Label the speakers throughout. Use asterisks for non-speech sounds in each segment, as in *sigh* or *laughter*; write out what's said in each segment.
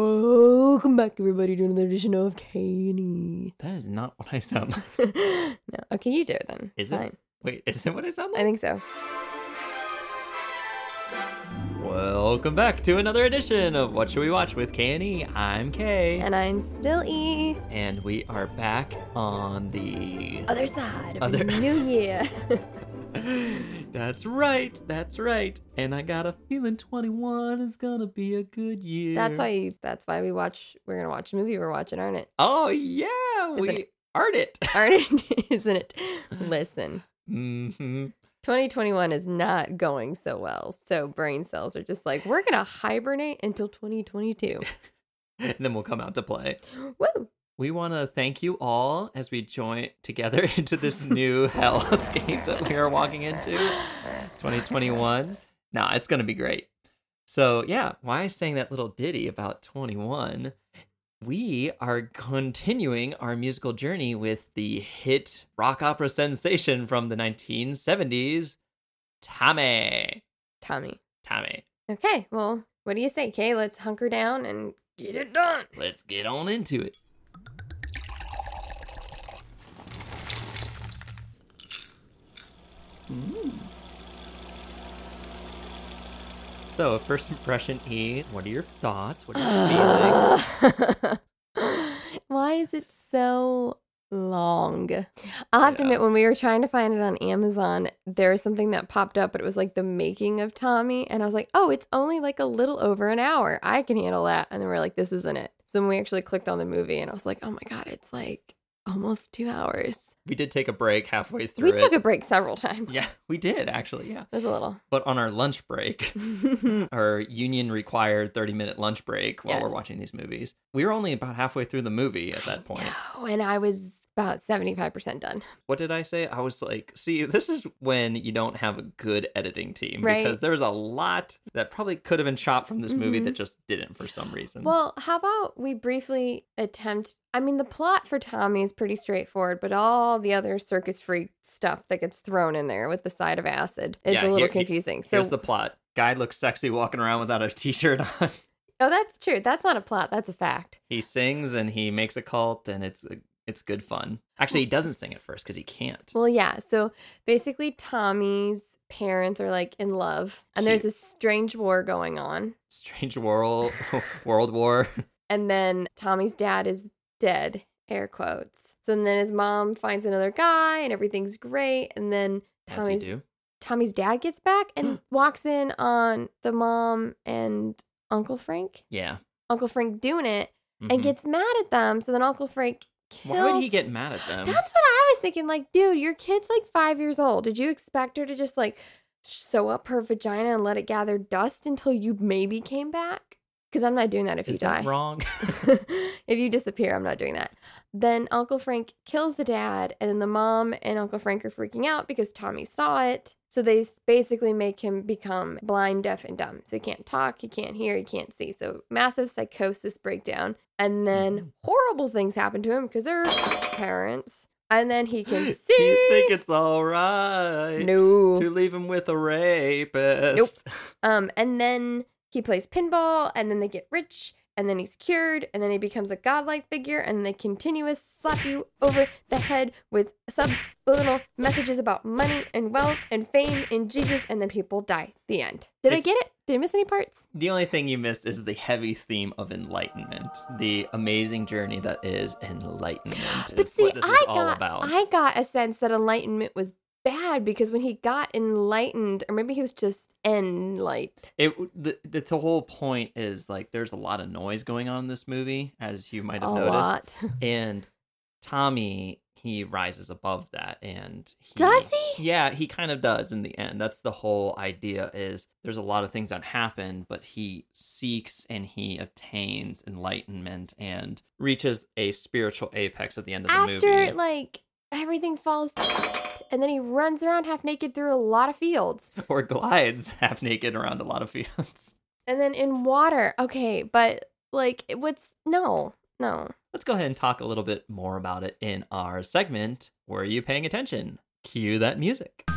Speaker 1: Welcome back, everybody, to another edition of E. Caney.
Speaker 2: That is not what I sound like.
Speaker 1: *laughs* no, okay, you do it then.
Speaker 2: Is it?
Speaker 1: Fine.
Speaker 2: Wait, is it what I sound
Speaker 1: I think
Speaker 2: like?
Speaker 1: so.
Speaker 2: Welcome back to another edition of What Should We Watch with K and E. I'm Kay,
Speaker 1: And I'm still E.
Speaker 2: and we are back on the. *gasps*
Speaker 1: Other side of
Speaker 2: Other-
Speaker 1: the
Speaker 2: *laughs*
Speaker 1: new year.
Speaker 2: that's right, that's right. And I got a feeling 21 is gonna be a good year.
Speaker 1: that's why. That's why we watch. We're gonna watch a movie we're watching, aren't it?
Speaker 2: Oh yeah,
Speaker 1: Isn't
Speaker 2: we art it.
Speaker 1: *laughs*
Speaker 2: *laughs*
Speaker 1: Aren't it? Isn't it? Listen,
Speaker 2: hmm
Speaker 1: 2021 is not going so well. So brain cells are just like we're gonna hibernate until
Speaker 2: *laughs*
Speaker 1: 2022.
Speaker 2: And then we'll come out to play.
Speaker 1: Woo!
Speaker 2: We want to thank you all as we join together *laughs* into this
Speaker 1: *laughs*
Speaker 2: new hellscape that we are walking into. 2021. Nah, it's gonna be great. So yeah, why I sang that little ditty about 21? We are continuing our musical journey with the hit rock opera sensation from the 1970s, Tommy.
Speaker 1: Tommy.
Speaker 2: Tommy,
Speaker 1: Okay. Well, what do you say, Kay? Let's hunker down and get it done.
Speaker 2: let's get on into it. Mm. So, first impression, E. What are your thoughts? What are your feelings?
Speaker 1: *sighs* *laughs* Why is it so long? I'll have to
Speaker 2: Yeah.
Speaker 1: admit, when we were trying to find it on Amazon, there was something that popped up, but it was like the making of Tommy. And I was like, oh, it's only like a little over an hour. I can handle that. And then we are like, this isn't it. So when we actually clicked on the movie, and I was like, oh my God, it's like almost two hours.
Speaker 2: We did take a break halfway through.
Speaker 1: we
Speaker 2: it.
Speaker 1: took a break several times.
Speaker 2: *laughs* Yeah, we did actually. Yeah,
Speaker 1: It was a little. *laughs*
Speaker 2: but on our lunch break, our union required thirty minute lunch break while we're
Speaker 1: Yes.
Speaker 2: watching these movies. We were only about halfway through the movie at that point.
Speaker 1: No, and I was about 75% done.
Speaker 2: What did I say? I was like, "See, this is when you don't have a good editing team
Speaker 1: Right.
Speaker 2: because there was a lot that probably could have been chopped from this movie
Speaker 1: Mhm.
Speaker 2: that just didn't for some reason."
Speaker 1: Well, how about we briefly attempt? I mean, the plot for Tommy is pretty straightforward, but all the other circus freak stuff that gets thrown in there with the side of acid is a
Speaker 2: Yeah,
Speaker 1: little
Speaker 2: here- here-
Speaker 1: confusing. So,
Speaker 2: here's the plot: guy looks sexy walking around without a t-shirt *laughs* on.
Speaker 1: oh, that's true. That's not a plot. That's a fact.
Speaker 2: He sings and he makes a cult, and it's uh, it's good fun. Actually, he doesn't sing at first because he can't.
Speaker 1: Well, yeah. So basically, Tommy's parents are like in love, and there's
Speaker 2: Cute.
Speaker 1: this strange war going on.
Speaker 2: Strange World *laughs*
Speaker 1: *laughs*
Speaker 2: World War.
Speaker 1: And then Tommy's dad is dead, air quotes. So then his mom finds another guy, and everything's great. And then
Speaker 2: As you
Speaker 1: Tommy's
Speaker 2: do.
Speaker 1: Tommy's dad gets back
Speaker 2: *gasps*
Speaker 1: and walks in on the mom and Uncle Frank.
Speaker 2: Yeah.
Speaker 1: Uncle Frank doing it
Speaker 2: mhm.
Speaker 1: and gets mad at them. So then Uncle Frank kills.
Speaker 2: Why would he get mad at them?
Speaker 1: That's what I was thinking. Like, dude, your kid's like five years old. Did you expect her to just like sew up her vagina and let it gather dust until you maybe came back? Because I'm not doing that if
Speaker 2: Is
Speaker 1: you die.
Speaker 2: that wrong?
Speaker 1: *laughs* if you disappear, I'm not doing that. Then Uncle Frank kills the dad, and then the mom and Uncle Frank are freaking out because Tommy saw it. So they s- basically make him become blind, deaf, and dumb. So he can't talk, he can't hear, he can't see. So massive psychosis breakdown. And
Speaker 2: Mm-hmm.
Speaker 1: then horrible things happen to him because they're parents. And then he can see.
Speaker 2: *gasps* *laughs* Do you think it's all right
Speaker 1: no.
Speaker 2: to leave him with a rapist?
Speaker 1: Um, and then he plays pinball, and then they get rich, and then he's cured, and then he becomes a godlike figure, and they continuous slap you over the head with subliminal messages about money and wealth and fame in Jesus, and then people die. The end. Did
Speaker 2: It's-
Speaker 1: I get it? Did I miss any parts?
Speaker 2: The only thing you missed is the heavy theme of enlightenment. The amazing journey that is enlightenment.
Speaker 1: But
Speaker 2: is
Speaker 1: see,
Speaker 2: what this
Speaker 1: I
Speaker 2: is all
Speaker 1: got
Speaker 2: about.
Speaker 1: I got a sense that enlightenment was bad because when he got enlightened, or maybe he was just enlightened.
Speaker 2: It the, the the whole point is like there's a lot of noise going on in this movie, as you might
Speaker 1: A
Speaker 2: have noticed.
Speaker 1: lot. *laughs*
Speaker 2: And Tommy, he rises above that, and he,
Speaker 1: Does he?
Speaker 2: Yeah, he kind of does in the end. That's the whole idea is there's a lot of things that happen, but he seeks and he obtains enlightenment and reaches a spiritual apex at the end of the
Speaker 1: after
Speaker 2: movie.
Speaker 1: like everything falls and then he runs around half naked through a lot of fields
Speaker 2: *laughs* or glides half naked around a lot of fields. *laughs*
Speaker 1: and then in water okay but like it- what's no no
Speaker 2: Let's go ahead and talk a little bit more about it in our segment. Were you paying attention? Cue
Speaker 1: *gasps*
Speaker 2: that music. *sighs*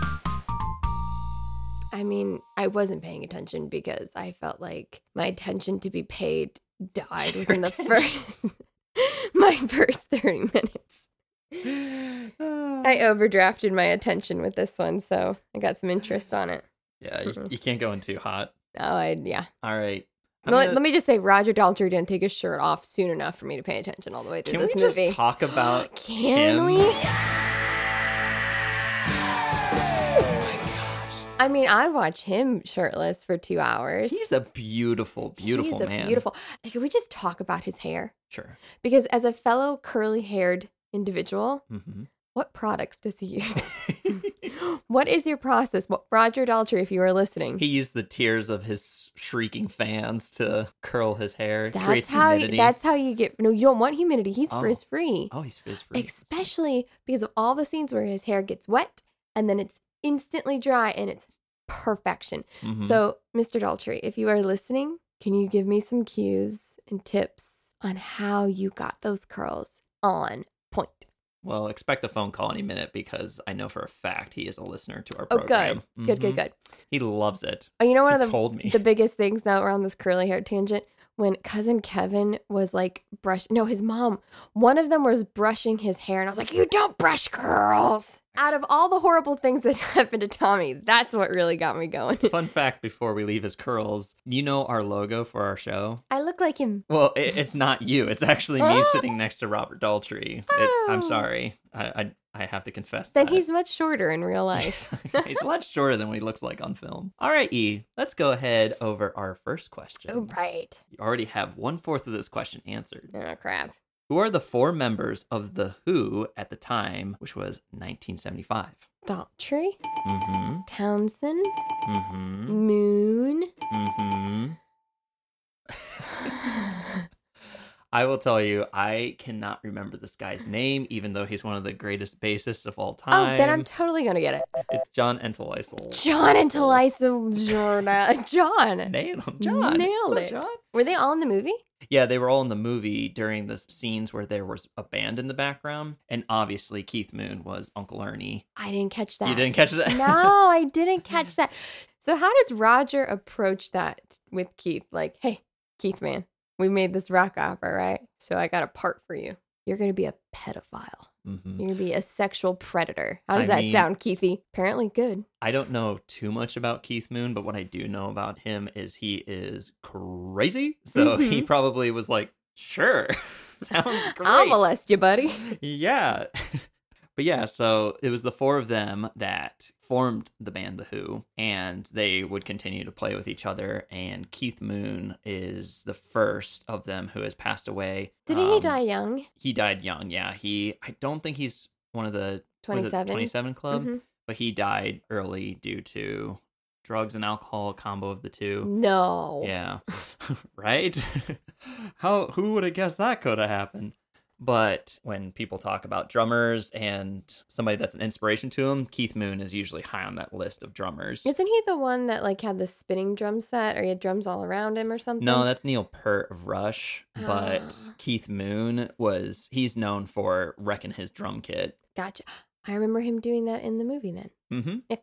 Speaker 1: i mean i wasn't paying attention because i felt like my attention to be paid died within the
Speaker 2: Sure
Speaker 1: first my first *laughs* 30 minutes. I
Speaker 2: Mm.
Speaker 1: overdrafted my attention with this one, so I got some interest on it.
Speaker 2: yeah, you,
Speaker 1: Mhm.
Speaker 2: you can't go in too hot.
Speaker 1: Oh, I, yeah.
Speaker 2: All right. I'm
Speaker 1: Let,
Speaker 2: gonna-
Speaker 1: let me just say, Roger Daltrey didn't take his shirt off soon enough for me to pay attention all the way through
Speaker 2: can we
Speaker 1: this
Speaker 2: just
Speaker 1: movie.
Speaker 2: talk
Speaker 1: *gasps*
Speaker 2: about
Speaker 1: Can
Speaker 2: him?
Speaker 1: we?
Speaker 2: Gosh,
Speaker 1: I mean, I'd watch him shirtless for two hours.
Speaker 2: He's a beautiful, beautiful
Speaker 1: He's a
Speaker 2: man.
Speaker 1: Beautiful. Can we just talk about his hair?
Speaker 2: Sure.
Speaker 1: Because as a fellow curly-haired individual,
Speaker 2: hmm
Speaker 1: what products does he
Speaker 2: *laughs*
Speaker 1: use? *laughs* what is your process? What Roger Daltrey, if you are listening,
Speaker 2: He used the tears of his shrieking fans to curl his hair.
Speaker 1: that's
Speaker 2: creates
Speaker 1: how you,
Speaker 2: humidity.
Speaker 1: that's how you get. No, you don't want humidity. He's
Speaker 2: Oh.
Speaker 1: frizz free,
Speaker 2: oh, he's fizz free.
Speaker 1: especially because of all the scenes where his hair gets wet and then it's instantly dry and it's perfection.
Speaker 2: Mhm.
Speaker 1: So, Mr. Daltrey, if you are listening, can you give me some cues and tips on how you got those curls on point?
Speaker 2: well, expect a phone call any minute because I know for a fact he is a listener to our
Speaker 1: Oh, good.
Speaker 2: program.
Speaker 1: Good, good,
Speaker 2: Mhm.
Speaker 1: good.
Speaker 2: He loves it.
Speaker 1: Oh, you know one
Speaker 2: he
Speaker 1: of the
Speaker 2: told me.
Speaker 1: the biggest things now around this curly hair tangent when cousin Kevin was like brush no his mom one of them was brushing his hair and I was like you don't brush curls out of all the horrible things that *laughs* happened to Tommy that's what really got me going
Speaker 2: *laughs* Fun fact before we leave his curls, you know our logo for our show?
Speaker 1: *laughs* I look like him
Speaker 2: Well, it, it's not you. It's
Speaker 1: *laughs*
Speaker 2: actually me sitting next to Robert Daltrey. It-
Speaker 1: Oh.
Speaker 2: I'm sorry. I, I I have to confess
Speaker 1: then
Speaker 2: that.
Speaker 1: he's much shorter in *laughs* real life
Speaker 2: *laughs* he's a lot shorter than what he looks like on film. All right, E, let's go ahead over our first question.
Speaker 1: oh right
Speaker 2: You already have one fourth of this question answered.
Speaker 1: oh crap
Speaker 2: Who are the four members of The Who at the time, which was 1975?
Speaker 1: Daughtry
Speaker 2: Mm
Speaker 1: Townsend
Speaker 2: hmm. Mm
Speaker 1: *sighs*
Speaker 2: hmm.
Speaker 1: Moon
Speaker 2: Mm hmm. I will tell you, I cannot remember this guy's name, even though he's one of the greatest bassists of all time.
Speaker 1: oh then I'm totally gonna get it
Speaker 2: it's John Entwistle.
Speaker 1: John and Talisa *laughs* Jordan John
Speaker 2: Nailed him. John.
Speaker 1: Nailed
Speaker 2: So
Speaker 1: it.
Speaker 2: John.
Speaker 1: were they all in the movie
Speaker 2: Yeah, they were all in the movie during the scenes where there was a band in the background. And obviously, Keith Moon was Uncle Ernie.
Speaker 1: I didn't catch that.
Speaker 2: You didn't catch that? *laughs*
Speaker 1: no, I didn't catch that. So how does Roger approach that with Keith? Like, hey, Keith man, we made this rock opera, right? So I got a part for you. You're gonna be a pedophile.
Speaker 2: Mhm.
Speaker 1: You're gonna be a sexual predator. How does
Speaker 2: I
Speaker 1: that
Speaker 2: mean-
Speaker 1: sound, Keithy? Apparently
Speaker 2: *laughs*
Speaker 1: good.
Speaker 2: I don't know too much about Keith Moon, but what I do know about him is he is crazy. So he probably was like, sure, *laughs* sounds
Speaker 1: *laughs*
Speaker 2: great.
Speaker 1: I'll molest you, buddy.
Speaker 2: yeah. *laughs* but yeah, so it was the four of them that formed the band The Who, and they would continue to play with each other. And Keith Moon is the first of them who has passed away.
Speaker 1: Didn't
Speaker 2: Um,
Speaker 1: he die young?
Speaker 2: He died young. Yeah, he. I don't think he's one of the what is it,
Speaker 1: 27?
Speaker 2: 27 club,
Speaker 1: Mhm.
Speaker 2: but he died early due to drugs and alcohol combo of the two.
Speaker 1: No.
Speaker 2: Yeah. *laughs* right? *laughs* How who would have guessed that could have happened? But when people talk about drummers and somebody that's an inspiration to them, Keith Moon is usually high on that list of drummers.
Speaker 1: Isn't he the one that like had the spinning drum set or he had drums all around him or something?
Speaker 2: No, that's Neil Peart of Rush, but
Speaker 1: Ah.
Speaker 2: Keith Moon was he's known for wrecking his drum kit.
Speaker 1: gotcha. I remember him doing that in the movie then.
Speaker 2: Mhm.
Speaker 1: Because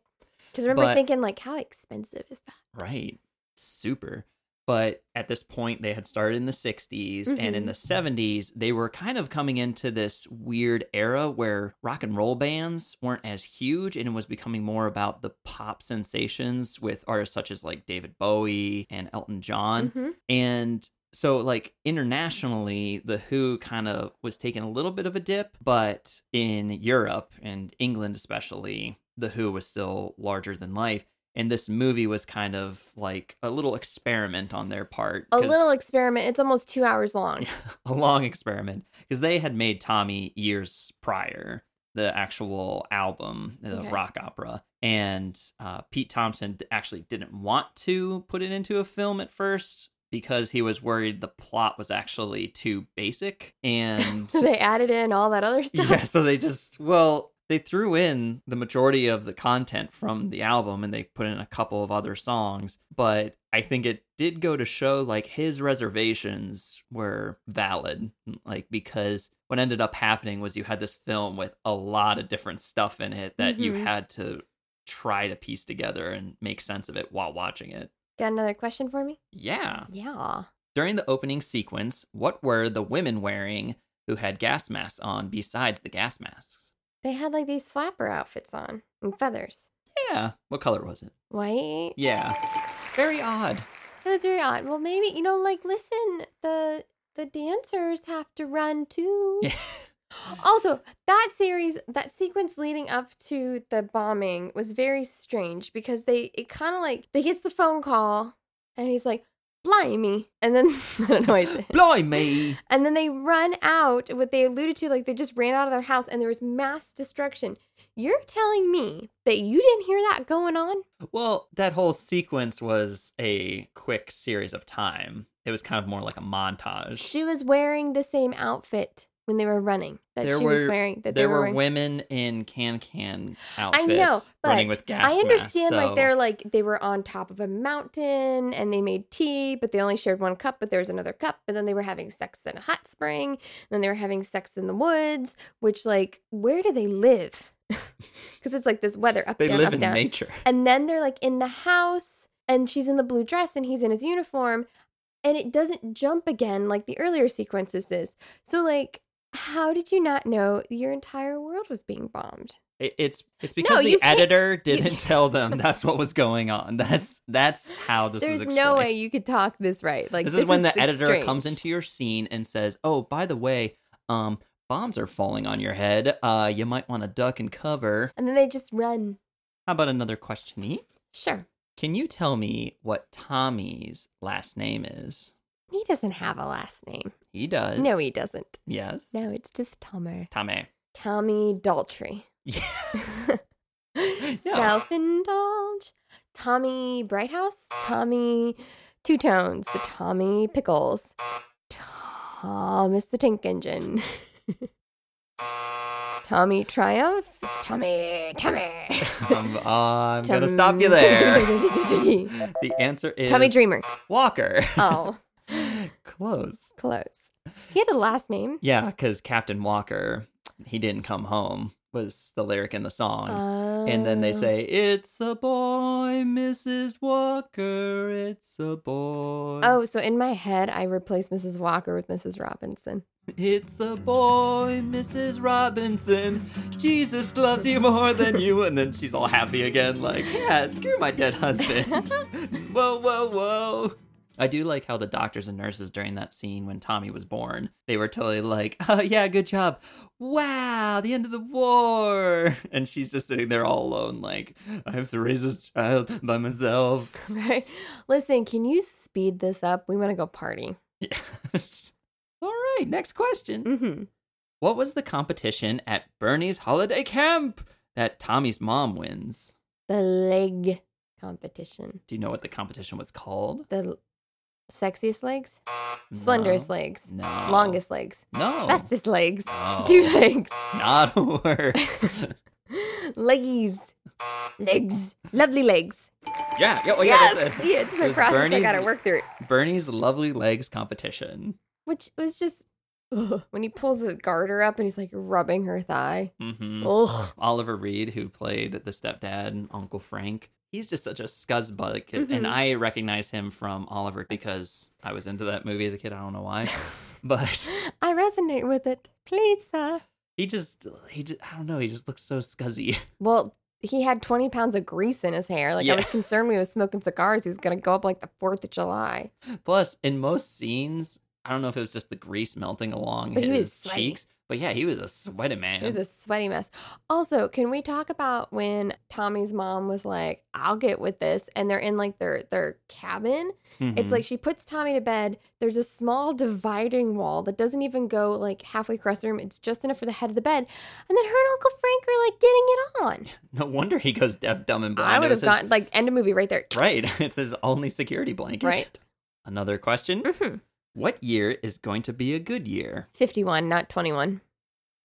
Speaker 1: I remember
Speaker 2: But-
Speaker 1: thinking, like, how expensive is that?
Speaker 2: Right. Super. But at this point, they had started in the 60s, and in
Speaker 1: Mhm.
Speaker 2: the 70s, they were kind of coming into this weird era where rock and roll bands weren't as huge, and it was becoming more about the pop sensations with artists such as like David Bowie and Elton John.
Speaker 1: Mhm.
Speaker 2: And so, like internationally, The Who kind of was taking a little bit of a dip, but in Europe and England, especially, The Who was still larger than life. And this movie was kind of like a little experiment on their part.
Speaker 1: A
Speaker 2: 'cause-
Speaker 1: little experiment. It's almost two hours long.
Speaker 2: *laughs* a long experiment because they had made Tommy years prior, the actual album, the
Speaker 1: Okay.
Speaker 2: rock opera. And uh, Pete Thompson d- actually didn't want to put it into a film at first because he was worried the plot was actually too basic.
Speaker 1: *laughs*
Speaker 2: And
Speaker 1: so they added in all that other stuff.
Speaker 2: yeah, so they just, well, they threw in the majority of the content from the album and they put in a couple of other songs. But I think it did go to show like his reservations were valid, like because what ended up happening was you had this film with a lot of different stuff in it that you
Speaker 1: Mhm.
Speaker 2: had to try to piece together and make sense of it while watching it. Uh.
Speaker 1: Got another question for me?
Speaker 2: Yeah.
Speaker 1: Yeah.
Speaker 2: During the opening sequence, what were the women wearing who had gas masks on besides the gas masks?
Speaker 1: They had like these flapper outfits on and feathers.
Speaker 2: Yeah. What color was it?
Speaker 1: White.
Speaker 2: Yeah. Very
Speaker 1: *laughs*
Speaker 2: odd.
Speaker 1: It was very odd. Well, maybe you know, like listen, the the dancers have to run too.
Speaker 2: Yeah.
Speaker 1: *gasps* Also, that series, that sequence leading up to the bombing was very strange because they it kind of like they gets the phone call and he's like, "Blimey!" and then *laughs* I don't know what he
Speaker 2: *laughs*
Speaker 1: said.
Speaker 2: Blimey.
Speaker 1: And then they run out, what they alluded to, like they just ran out of their house and there was mass destruction. You're telling me that you didn't hear that going on?
Speaker 2: Well, that whole sequence was a quick series of time. It was kind of more like a montage.
Speaker 1: She was wearing the same outfit when they were running that
Speaker 2: There
Speaker 1: she was
Speaker 2: were-
Speaker 1: wearing, that they
Speaker 2: there
Speaker 1: were,
Speaker 2: were
Speaker 1: wearing.
Speaker 2: women in can can
Speaker 1: I
Speaker 2: outfits
Speaker 1: know,
Speaker 2: running
Speaker 1: but
Speaker 2: with gas
Speaker 1: I understand,
Speaker 2: masks,
Speaker 1: like
Speaker 2: so-
Speaker 1: they're like they were on top of a mountain and they made tea, but they only shared one cup. But there was another cup, and then they were having sex in a hot spring. And then they were having sex in the woods, which like where do they live? *laughs* Because it's like this weather up
Speaker 2: they
Speaker 1: down
Speaker 2: live
Speaker 1: up
Speaker 2: in
Speaker 1: down.
Speaker 2: nature.
Speaker 1: And then they're like in the house, and she's in the blue dress, and he's in his uniform, and it doesn't jump again like the earlier sequences is. So like. How did you not know your entire world was being bombed?
Speaker 2: It- It's it's because
Speaker 1: you
Speaker 2: the
Speaker 1: can't- *laughs*
Speaker 2: editor didn't tell them that's what was going on. That's that's how this
Speaker 1: There's
Speaker 2: is explained.
Speaker 1: no way you could talk this right. Like
Speaker 2: this, is when the
Speaker 1: so
Speaker 2: editor comes
Speaker 1: strange.
Speaker 2: into your scene and says, "Oh, by the way, um, bombs are falling on your head. Uh, you might want to duck and cover."
Speaker 1: and then they just run.
Speaker 2: How about another question? E?
Speaker 1: Sure,
Speaker 2: Can you tell me what Tommy's last name is?
Speaker 1: he doesn't have a last name.
Speaker 2: He does.
Speaker 1: No, he doesn't.
Speaker 2: Yes.
Speaker 1: No, it's just Tomer.
Speaker 2: Tommy.
Speaker 1: Tommy Daltrey.
Speaker 2: *laughs*
Speaker 1: *laughs*
Speaker 2: Yeah.
Speaker 1: Self indulge. Tommy Brighthouse. Tommy Two Tones. The Tommy Pickles. Thomas the Tank Engine. *laughs* Tommy Triumph. Tommy. Tommy. *laughs*
Speaker 2: Um, I'm gonna stop you there. the answer is
Speaker 1: Tommy
Speaker 2: *laughs*
Speaker 1: Dreamer.
Speaker 2: Walker.
Speaker 1: Oh,
Speaker 2: Close.
Speaker 1: close. He had a last name.
Speaker 2: Yeah, because Captain Walker, he didn't come home was the lyric in the song. and then they
Speaker 1: Oh.
Speaker 2: say, "It's a boy, Mrs. Walker. It's a boy.
Speaker 1: Oh, so in my head, I replaced Mrs. Walker with Mrs. Robinson.
Speaker 2: It's a boy, Mrs. Robinson. Jesus loves you more than you. And then she's all happy again, like, yeah, screw my dead husband. *laughs* whoa, whoa, whoa. I do like how the doctors and nurses during that scene when Tommy was born, they were totally like, oh, yeah, good job. Wow, the end of the war. *laughs* And she's just sitting there all alone, like, I have to raise this child by myself.
Speaker 1: *laughs*
Speaker 2: *laughs*
Speaker 1: Right? Listen, can you speed this up? We want to go party.
Speaker 2: Yeah. all right, next question.
Speaker 1: hmm
Speaker 2: What was the competition at Bernie's holiday camp that Tommy's mom wins?
Speaker 1: The leg competition.
Speaker 2: Do you know what the competition was called?
Speaker 1: The l- sexiest legs, slenderest
Speaker 2: no.
Speaker 1: legs,
Speaker 2: No.
Speaker 1: longest legs,
Speaker 2: No.
Speaker 1: bestest legs,
Speaker 2: No.
Speaker 1: two
Speaker 2: *laughs*
Speaker 1: legs,
Speaker 2: Not a word.
Speaker 1: leggies, legs, lovely legs.
Speaker 2: yeah. Yeah. Well, Oh, yeah.
Speaker 1: yes,
Speaker 2: That's it.
Speaker 1: yeah, it's my
Speaker 2: There's
Speaker 1: process. I
Speaker 2: Bernie's-
Speaker 1: gotta work through it.
Speaker 2: Bernie's lovely legs competition.
Speaker 1: Which was just ugh, when he pulls the garter up and he's like rubbing her thigh.
Speaker 2: hmm
Speaker 1: Ugh.
Speaker 2: Oliver Reed, who played the stepdad and Uncle Frank, he's just such a scuzzbug,
Speaker 1: Mhm.
Speaker 2: and I recognize him from Oliver because I was into that movie as a kid. I don't know
Speaker 1: *laughs*
Speaker 2: why, but
Speaker 1: I resonate with it. Please, sir.
Speaker 2: He just, he just, I don't know. He just looks so scuzzy.
Speaker 1: Well, he had 20 pounds of grease in his hair. Like, I
Speaker 2: Yeah.
Speaker 1: was concerned when he was smoking cigars. He was going to go up like the 4th of July.
Speaker 2: Plus, in most scenes, I don't know if it was just the grease melting along
Speaker 1: But he was
Speaker 2: his
Speaker 1: sweaty.
Speaker 2: cheeks, but yeah, he was a sweaty man.
Speaker 1: It was a sweaty mess. Also, can we talk about when Tommy's mom was like, I'll get with this? And they're in like their, their cabin. It's
Speaker 2: Mhm.
Speaker 1: like she puts Tommy to bed. There's a small dividing wall that doesn't even go like halfway across the room. It's just enough for the head of the bed. And then her and Uncle Frank are like getting it on.
Speaker 2: no wonder he goes deaf, dumb, and blind.
Speaker 1: I
Speaker 2: It
Speaker 1: would
Speaker 2: was
Speaker 1: have
Speaker 2: his-
Speaker 1: gotten like end of movie right there.
Speaker 2: *laughs* right. It's his only security blanket.
Speaker 1: Right.
Speaker 2: Another question:
Speaker 1: Mhm.
Speaker 2: What year is going to be a good year?
Speaker 1: 51, not 21.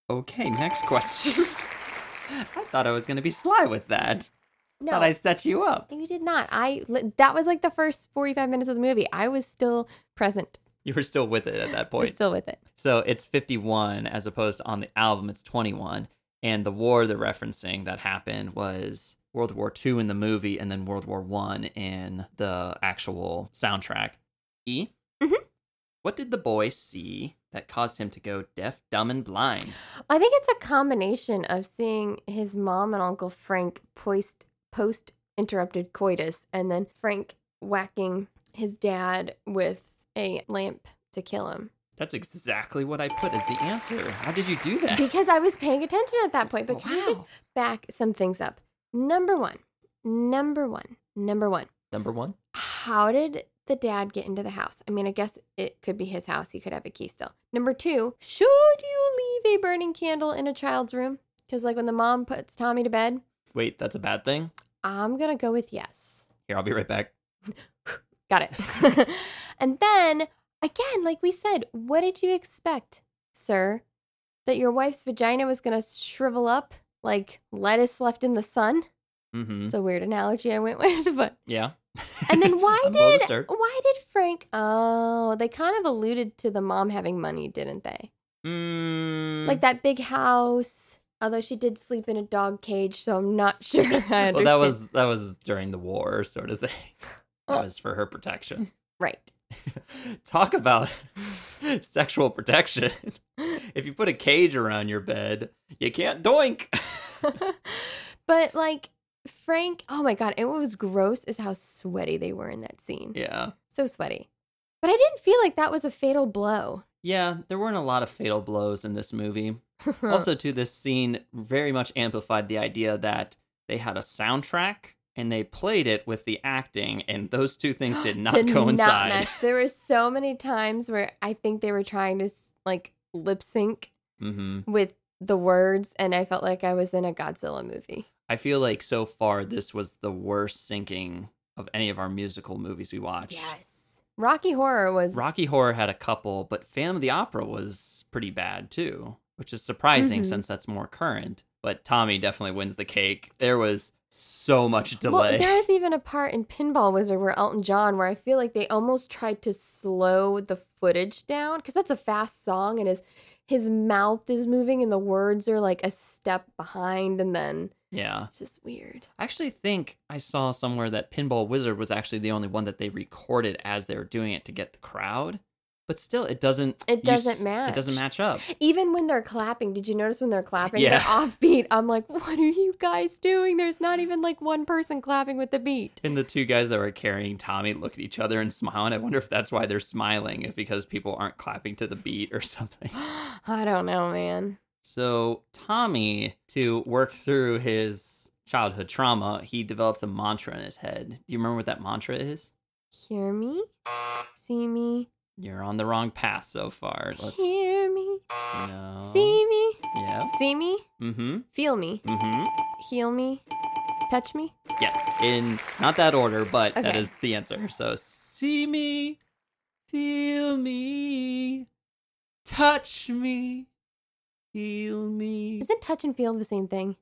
Speaker 2: Okay, next
Speaker 1: *laughs*
Speaker 2: question. I thought I was going to be sly with that.
Speaker 1: No,
Speaker 2: Thought I set you up.
Speaker 1: you did not. I li- that was like the first 45 minutes of the movie. I was still present.
Speaker 2: You were still with it at that
Speaker 1: I was
Speaker 2: point.
Speaker 1: still with it.
Speaker 2: So it's 51 as opposed to on the album it's 21. And the war they're referencing that happened was World War II in the movie and then World War One in the actual soundtrack. E?
Speaker 1: Mhm.
Speaker 2: What did the boy see that caused him to go deaf, dumb, and blind?
Speaker 1: I think it's a combination of seeing his mom and Uncle Frank poist, post interrupted coitus and then Frank whacking his dad with a lamp to kill him.
Speaker 2: That's exactly what I put as the answer. How did you do that?
Speaker 1: Because I was paying attention at that point, but can you just
Speaker 2: Wow.
Speaker 1: back some things up? Number one, number one, number one.
Speaker 2: Number one.
Speaker 1: How did the dad get into the house? I mean, I guess it could be his house. He could have a key still. Number two, should you leave a burning candle in a child's room? Because, like, when the mom puts Tommy to bed,
Speaker 2: Wait, that's a bad thing.
Speaker 1: I'm going to go with yes.
Speaker 2: Here, I'll be right back.
Speaker 1: Got it. *laughs* and then, again, like we said, what did you expect, sir? That your wife's vagina was going to shrivel up like lettuce left in the sun?
Speaker 2: Mm-hmm.
Speaker 1: It's a weird analogy I went *laughs* with, but
Speaker 2: Yeah.
Speaker 1: And then why
Speaker 2: I'm a little
Speaker 1: did
Speaker 2: disturbed.
Speaker 1: why did Frank? Oh, they kind of alluded to the mom having money, didn't they?
Speaker 2: *laughs* Mm,
Speaker 1: Like that big house. Although she did sleep in a dog cage, so I'm not *laughs* sure. I understand.
Speaker 2: well, that was that was during the war, sort of thing. *laughs* That was for her protection. *laughs*
Speaker 1: right. *laughs*
Speaker 2: Talk about *laughs* sexual protection. *laughs* if you put a cage around your bed, you can't doink. *laughs*
Speaker 1: but like Frank, oh my god, it what was gross is how sweaty they were in that scene.
Speaker 2: Yeah.
Speaker 1: So sweaty. But I didn't feel like that was a fatal blow. *laughs*
Speaker 2: Yeah, there weren't a lot of fatal blows in this movie. also too this scene very much amplified the idea that they had a soundtrack and they played it with the acting and those
Speaker 1: *gasps*
Speaker 2: two things did not
Speaker 1: did
Speaker 2: coincide
Speaker 1: mesh. There were so many times where I think they were trying to s- like lip sync
Speaker 2: hmm
Speaker 1: with the words and I felt like I was in a Godzilla movie.
Speaker 2: i feel like so far this was the worst syncing of any of our musical movies we watched
Speaker 1: Yes. Rocky Horror was
Speaker 2: rocky horror had a couple but phantom of the opera was pretty bad too which is surprising
Speaker 1: Mhm.
Speaker 2: since that's more current but tommy definitely wins the cake there was so much
Speaker 1: Well,
Speaker 2: delay
Speaker 1: there was even a part in Pinball Wizard where Elton John where I feel like they almost tried to slow the footage down cuz that's a fast song and his his mouth is moving and the words are like a step behind and then
Speaker 2: *laughs* yeah
Speaker 1: it's just weird.
Speaker 2: I actually think I saw somewhere that Pinball Wizard was actually the only one that they recorded as they were doing it to get the crowd. But still, it doesn't.
Speaker 1: It
Speaker 2: you s-
Speaker 1: doesn't
Speaker 2: It doesn't
Speaker 1: match.
Speaker 2: match up.
Speaker 1: Even when they're clapping, did you notice when they're clapping?
Speaker 2: Yeah.
Speaker 1: They're off beat. I'm like, what are you guys doing? There's not even like one person clapping with the beat.
Speaker 2: And the two guys that were carrying Tommy look at each other and smile. And I wonder if that's why they're smiling, if because people aren't clapping to the beat or *laughs* something.
Speaker 1: *gasps* I don't know, man.
Speaker 2: So Tommy, to work through his childhood trauma, he develops a mantra in his head. Do you remember what that mantra is?
Speaker 1: Hear me? See me?
Speaker 2: You're on the wrong path so far. Let's. Oh.
Speaker 1: Hear me?
Speaker 2: No.
Speaker 1: See me?
Speaker 2: Yeah.
Speaker 1: See me?
Speaker 2: Mm-hmm.
Speaker 1: Feel me?
Speaker 2: Mm-hmm.
Speaker 1: Heal me? Touch me?
Speaker 2: Yes, in not that order, but that
Speaker 1: Okay.
Speaker 2: is the answer. So see me, feel me, touch me, heal me.
Speaker 1: Isn't touch and feel the same thing?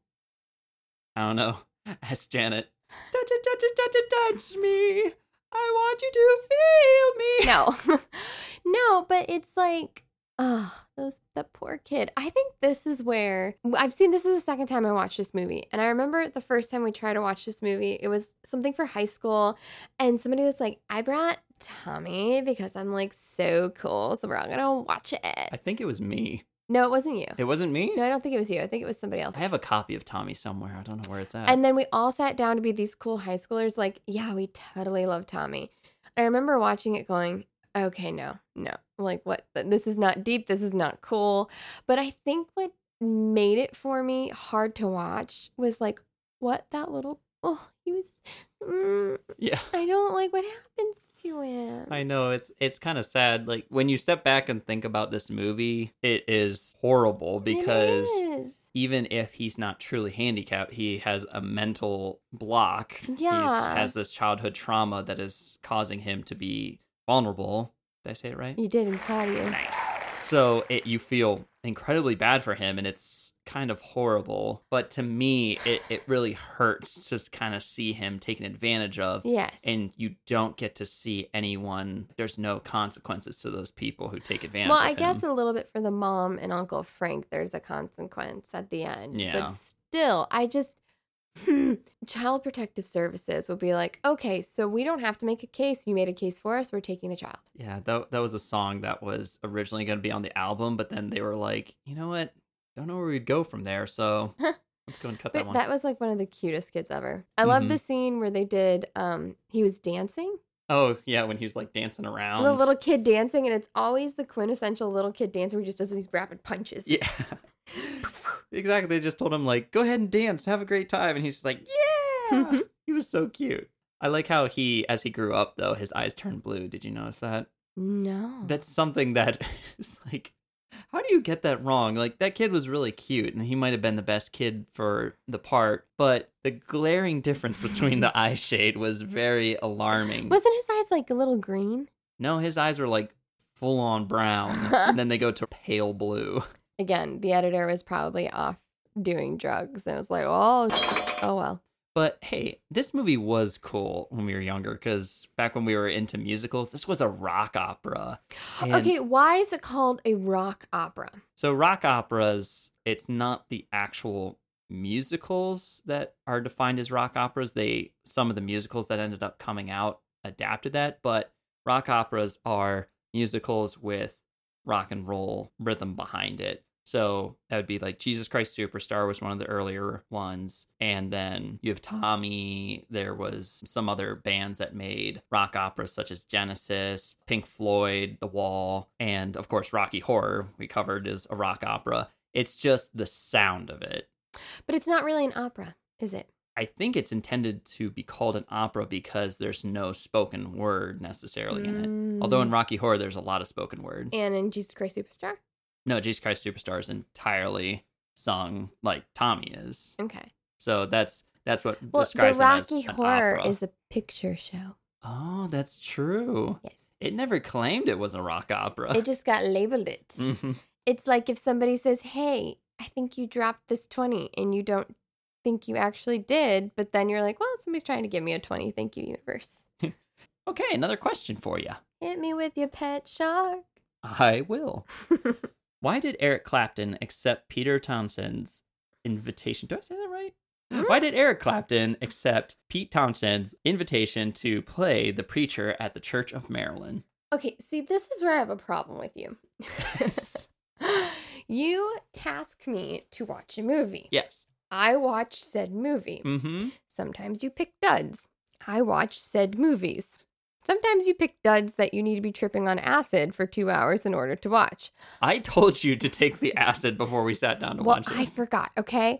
Speaker 2: I don't know. *laughs* Ask Janet. Touch it, touch it, touch it, touch me. I want you to feel me.
Speaker 1: No. *laughs* no, but it's like, oh, those that poor kid. I think this is where I've seen this is the second time I watched this movie. And I remember the first time we tried to watch this movie, it was something for high school, and somebody was like, I brought Tommy because I'm like so cool, so we're all gonna watch it.
Speaker 2: I think it was me.
Speaker 1: No, it wasn't you.
Speaker 2: It wasn't me.
Speaker 1: No, I don't think it was you. I think it was somebody else.
Speaker 2: I have a copy of Tommy somewhere. I don't know where it's at.
Speaker 1: And then we all sat down to be these cool high schoolers, like, yeah, we totally love Tommy. I remember watching it going, okay, no, no. Like, what? This is not deep. This is not cool. But I think what made it for me hard to watch was like, what that little, oh, he was, mm,
Speaker 2: *laughs* yeah.
Speaker 1: I don't like what happens to him.
Speaker 2: I know it's it's kind of sad. Like when you step back and think about this movie, it is horrible
Speaker 1: It
Speaker 2: because
Speaker 1: is.
Speaker 2: even if he's not truly handicapped, he has a mental block.
Speaker 1: Yeah.
Speaker 2: He has this childhood trauma that is causing him to be vulnerable. Did I say it right?
Speaker 1: you did, I'm proud of you.
Speaker 2: Nice. So it, you feel incredibly bad for him, and it's kind of horrible. But to me, it, it really hurts to kind of see him taken advantage of.
Speaker 1: Yes.
Speaker 2: And you don't get to see anyone. There's no consequences to those people who take advantage
Speaker 1: Well,
Speaker 2: of
Speaker 1: I guess
Speaker 2: him.
Speaker 1: a little bit for the mom and Uncle Frank, there's a consequence at the end.
Speaker 2: Yeah.
Speaker 1: But still, I just hmm, Child Protective Services will be like, okay, so we don't have to make a case. You made a case for us. We're taking the child.
Speaker 2: Yeah, that that was a song that was originally going to be on the album, but then they were like, you know what? Don't know where we'd go from
Speaker 1: *laughs*
Speaker 2: there, so let's go and cut that
Speaker 1: But
Speaker 2: one.
Speaker 1: that was like one of the cutest kids ever. I love
Speaker 2: Mhm.
Speaker 1: the scene where they did. Um, he was dancing,
Speaker 2: Oh yeah, when he was like dancing around.
Speaker 1: the little kid dancing, and it's always the quintessential little kid dancer who just does these rapid punches.
Speaker 2: *laughs* Yeah.
Speaker 1: *laughs*
Speaker 2: exactly. They just told him like, go ahead and dance, have a great time, and he's
Speaker 1: *laughs*
Speaker 2: just like, yeah. he was so cute. I like how he, as he grew up, though his eyes turned blue. Did you notice that?
Speaker 1: No,
Speaker 2: That's something that *laughs* is like, how do you get that wrong? Like that kid was really cute, and he might have been the best kid for the part, but the glaring difference between the eye shade was very alarming.
Speaker 1: wasn't his eyes like a little green?
Speaker 2: No, his eyes were like full on brown, and then they go to pale blue.
Speaker 1: Again, the editor was probably off doing drugs, and it was like, oh, oh well.
Speaker 2: But hey, this movie was cool when we were younger because back when we were into musicals, this was a rock opera. And
Speaker 1: okay, why is it called a rock opera?
Speaker 2: So, rock operas, it's not the actual musicals that are defined as rock operas. They, some of the musicals that ended up coming out adapted that, but rock operas are musicals with rock and roll rhythm behind it. So that would be like Jesus Christ Superstar was one of the earlier ones. And then you have Tommy. There was some other bands that made rock operas such as Genesis, Pink Floyd, The Wall, and of course Rocky Horror we covered is a rock opera. It's just the sound of it.
Speaker 1: But it's not really an opera, is it?
Speaker 2: I think it's intended to be called an opera because there's no spoken word necessarily in it. Although in
Speaker 1: Mm.
Speaker 2: Rocky Horror there's a lot of spoken word.
Speaker 1: and in Jesus Christ Superstar.
Speaker 2: No, Jesus Christ Superstar is entirely sung like Tommy is.
Speaker 1: Okay.
Speaker 2: So that's that's what
Speaker 1: Well, the
Speaker 2: describes
Speaker 1: Rocky
Speaker 2: it as an
Speaker 1: Horror
Speaker 2: opera.
Speaker 1: is a picture show.
Speaker 2: Oh, that's true.
Speaker 1: Yes.
Speaker 2: *laughs* It never claimed it was a rock opera. *laughs*
Speaker 1: It just got labeled it.
Speaker 2: Mhm.
Speaker 1: It's like if somebody says, "Hey, I think you dropped this 20 and you don't think you actually did, but then you're like, "Well, somebody's trying to give me a 20. Thank you, universe."
Speaker 2: Okay, another question for you.
Speaker 1: Hit me with your pet shark.
Speaker 2: I
Speaker 1: *laughs*
Speaker 2: will. Why did Eric Clapton accept Peter Townsend's invitation? Do I say that right?
Speaker 1: Mm-hmm.
Speaker 2: Why did Eric Clapton accept Pete Townsend's invitation to play the preacher at the Church
Speaker 1: *laughs*
Speaker 2: of Maryland? *laughs*
Speaker 1: okay, see, this is where I have a problem with you. *laughs* you task me to watch a movie.
Speaker 2: yes.
Speaker 1: I watch said movie.
Speaker 2: Mm-hmm.
Speaker 1: Sometimes you pick duds. I watch said movies. Sometimes you pick duds that you need to be tripping on acid for two hours in order to watch.
Speaker 2: I told you to take the acid before we sat down to
Speaker 1: well,
Speaker 2: watch
Speaker 1: I
Speaker 2: this.
Speaker 1: forgot, okay?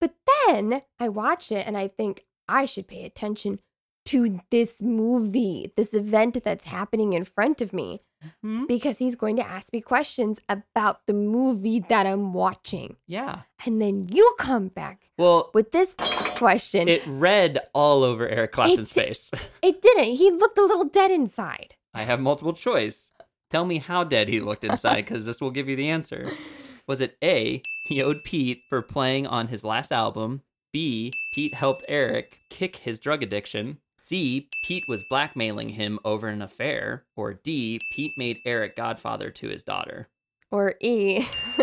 Speaker 1: But then I watch it and I think I should pay attention to this movie, this event that's happening in front of me,
Speaker 2: Hmm?
Speaker 1: because he's going to ask me questions about the movie that I'm watching.
Speaker 2: Yeah.
Speaker 1: And then you come back
Speaker 2: Well,
Speaker 1: with this question.
Speaker 2: it read all over Eric Clapton's
Speaker 1: did.
Speaker 2: face.
Speaker 1: it didn't. He looked a little dead inside.
Speaker 2: I have multiple choice. Tell me how dead he looked inside, because this will give you the answer. Was it A, he owed Pete for playing on his last album? B, Pete helped Eric kick his drug addiction? C, Pete was blackmailing him over an affair? Or D, Pete made Eric godfather to his daughter?
Speaker 1: Or E, *laughs*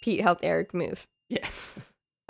Speaker 1: Pete helped Eric move.
Speaker 2: Yeah.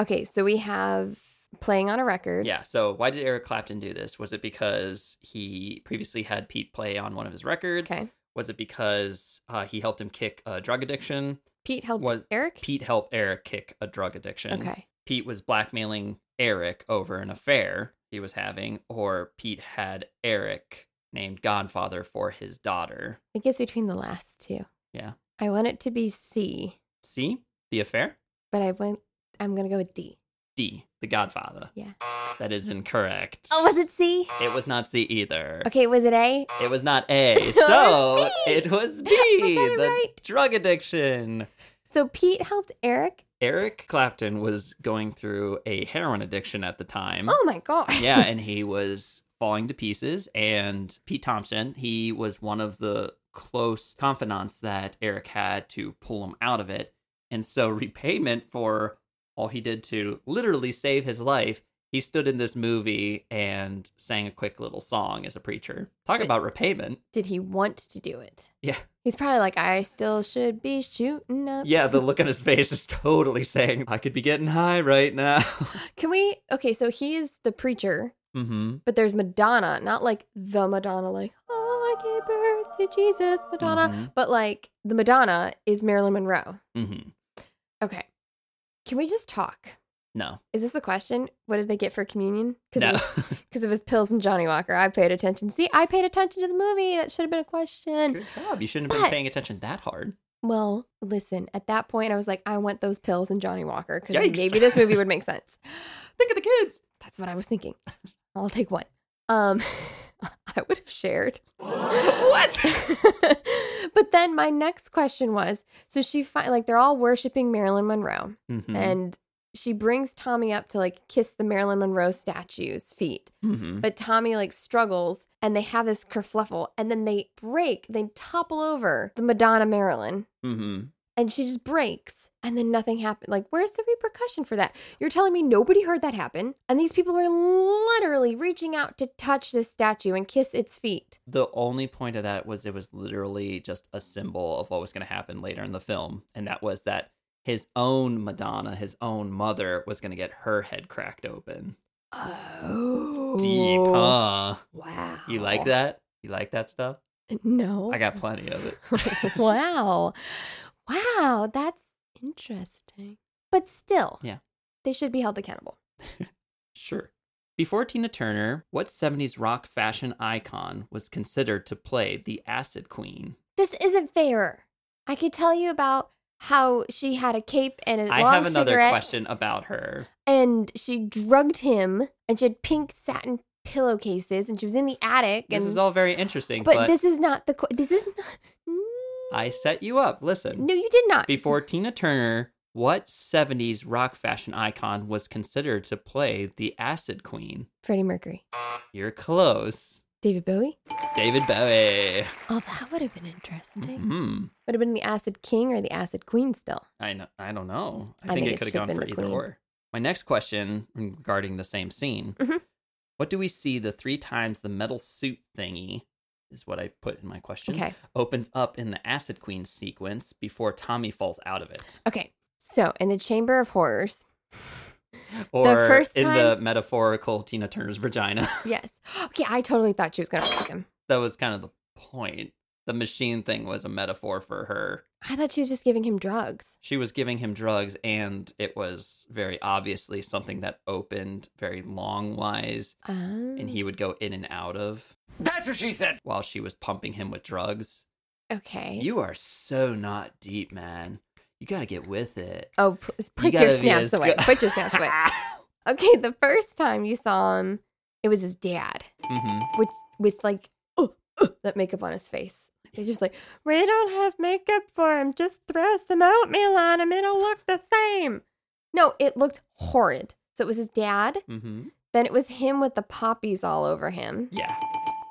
Speaker 1: Okay, so we have playing on a record.
Speaker 2: Yeah. So why did Eric Clapton do this? Was it because he previously had Pete play on one of his records?
Speaker 1: Okay.
Speaker 2: Was it because uh, he helped him kick a drug addiction?
Speaker 1: Pete helped
Speaker 2: Was-
Speaker 1: Eric.
Speaker 2: Pete helped Eric kick a drug addiction.
Speaker 1: Okay.
Speaker 2: Pete was blackmailing Eric over an affair he was having, or Pete had Eric named Godfather for his daughter.
Speaker 1: I guess between the last two.
Speaker 2: Yeah.
Speaker 1: I want it to be C,
Speaker 2: C, the affair.
Speaker 1: but I went. I'm gonna go with D.
Speaker 2: D, the Godfather.
Speaker 1: Yeah.
Speaker 2: That is incorrect.
Speaker 1: Oh, was it C?
Speaker 2: It was not C either.
Speaker 1: Okay, was it A?
Speaker 2: It was not A.
Speaker 1: So
Speaker 2: So
Speaker 1: *laughs* it
Speaker 2: it
Speaker 1: *laughs*
Speaker 2: was B,
Speaker 1: I got it
Speaker 2: the
Speaker 1: right.
Speaker 2: drug addiction.
Speaker 1: So Pete helped Eric.
Speaker 2: Eric Clapton was going through a heroin addiction at the time.
Speaker 1: Oh my god. *laughs*
Speaker 2: Mm-hmm. yeah, and he was falling to pieces. And Pete Thompson, he was one of the close confidants that Eric had to pull him out of it. And so, repayment for all he did to literally save his life, he stood in this movie and sang a quick little song as a preacher. Talk
Speaker 1: Wait.
Speaker 2: about repayment.
Speaker 1: Did he want to do it?
Speaker 2: Yeah.
Speaker 1: He's probably like, I still should be shooting up.
Speaker 2: Yeah, the look on his face is totally saying, I could be getting high right now. *laughs*
Speaker 1: Can we? Okay, so he is the preacher,
Speaker 2: hmm
Speaker 1: but there's Madonna, not like the Madonna, like, oh, I gave birth to Jesus, Madonna,
Speaker 2: Mhm.
Speaker 1: but like the Madonna is Marilyn Monroe.
Speaker 2: hmm
Speaker 1: Okay. Can we just talk?
Speaker 2: No.
Speaker 1: Is this a question? What did they get for communion?
Speaker 2: No.
Speaker 1: Because
Speaker 2: *laughs*
Speaker 1: because it was pills and Johnny Walker. I paid attention. See, I paid attention to the movie. That should have been a question.
Speaker 2: Good job. You shouldn't have been
Speaker 1: But-
Speaker 2: paying attention that hard.
Speaker 1: Well, listen, at that point, I was like, I want those pills and Johnny Walker because
Speaker 2: Yikes.
Speaker 1: maybe this movie would make
Speaker 2: *laughs*
Speaker 1: sense.
Speaker 2: Think of the kids.
Speaker 1: That's what I was thinking. I'll take one. Um, *laughs* I would have shared.
Speaker 2: what?
Speaker 1: *laughs* but then my next question was so she fi- like they're all worshiping Marilyn Monroe
Speaker 2: Mhm.
Speaker 1: and she brings Tommy up to like kiss the Marilyn Monroe statue's feet
Speaker 2: Mhm.
Speaker 1: But Tommy like struggles and they have this kerfluffle and then they break, they topple over the Madonna Marilyn
Speaker 2: Mhm.
Speaker 1: and she just breaks and then nothing happened. Like, where's the repercussion for that? You're telling me nobody heard that happen and these people were literally reaching out to touch this statue and kiss its feet.
Speaker 2: The only point of that was it was literally just a symbol of what was going to happen later in the film. And that was that his own Madonna, his own mother, was going to get her head cracked open.
Speaker 1: Oh.
Speaker 2: Deep, huh?
Speaker 1: Wow.
Speaker 2: You like that? You like that stuff?
Speaker 1: No.
Speaker 2: I got plenty of it.
Speaker 1: *laughs* wow. Wow, that's interesting. But still.
Speaker 2: Yeah.
Speaker 1: They should be held accountable.
Speaker 2: Sure. Before Tina Turner, what 70s rock fashion icon was considered to play the Acid Queen?
Speaker 1: this isn't fair. I could tell you about how she had a cape and a
Speaker 2: I
Speaker 1: long
Speaker 2: have another
Speaker 1: cigarette,
Speaker 2: question about her.
Speaker 1: and she drugged him, and she had pink satin pillowcases, and she was in the attic.
Speaker 2: This
Speaker 1: and
Speaker 2: is all very interesting,
Speaker 1: but,
Speaker 2: but,
Speaker 1: this is not the. qu- This is not.
Speaker 2: I set you up. Listen.
Speaker 1: No, you did not.
Speaker 2: Before Tina Turner, what 70s rock fashion icon was considered to play the Acid Queen?
Speaker 1: Freddie Mercury,
Speaker 2: You're close.
Speaker 1: David Bowie.
Speaker 2: David Bowie.
Speaker 1: Oh, that would have been interesting.
Speaker 2: Hmm.
Speaker 1: Would have been the Acid King or the Acid Queen still.
Speaker 2: I know, I don't know. I,
Speaker 1: Mm. I
Speaker 2: think,
Speaker 1: think
Speaker 2: it
Speaker 1: it
Speaker 2: could have
Speaker 1: should've
Speaker 2: gone
Speaker 1: been
Speaker 2: for
Speaker 1: the
Speaker 2: either
Speaker 1: queen.
Speaker 2: or. My next question regarding the same scene.
Speaker 1: Mhm.
Speaker 2: What do we see the three times the metal suit thingy is what I put in my question.
Speaker 1: Okay.
Speaker 2: Opens up in the Acid Queen sequence before Tommy falls out
Speaker 1: *gasps*
Speaker 2: of it.
Speaker 1: Okay. So in the Chamber of Horrors,
Speaker 2: Or
Speaker 1: first
Speaker 2: in the
Speaker 1: time-
Speaker 2: metaphorical Tina Turner's vagina. *laughs*
Speaker 1: yes. *gasps* Okay, I totally thought she was gonna fuck him.
Speaker 2: that was kind of the point. The machine thing was a metaphor for her.
Speaker 1: I thought she was just giving him drugs.
Speaker 2: She was giving him drugs, and it was very obviously something that opened very long wise
Speaker 1: Um,
Speaker 2: and he would go in and out of
Speaker 3: That's what she said.
Speaker 2: while she was pumping him with drugs.
Speaker 1: okay.
Speaker 2: You are so not deep, man. You gotta get with it.
Speaker 1: Oh, p- put
Speaker 2: gotta
Speaker 1: your
Speaker 2: be
Speaker 1: snaps
Speaker 2: as *laughs*
Speaker 1: away.
Speaker 2: good-
Speaker 1: Put your snaps away. Okay, the first time you saw him, it was his dad
Speaker 2: hmm
Speaker 1: with like *gasps* oh, oh, that makeup on his face. They're just like, we don't have makeup for him. Just throw some oatmeal on him. It'll look the same. No, it looked horrid. So it was his dad.
Speaker 2: hmm
Speaker 1: Then it was him with the poppies all over him.
Speaker 2: Yeah.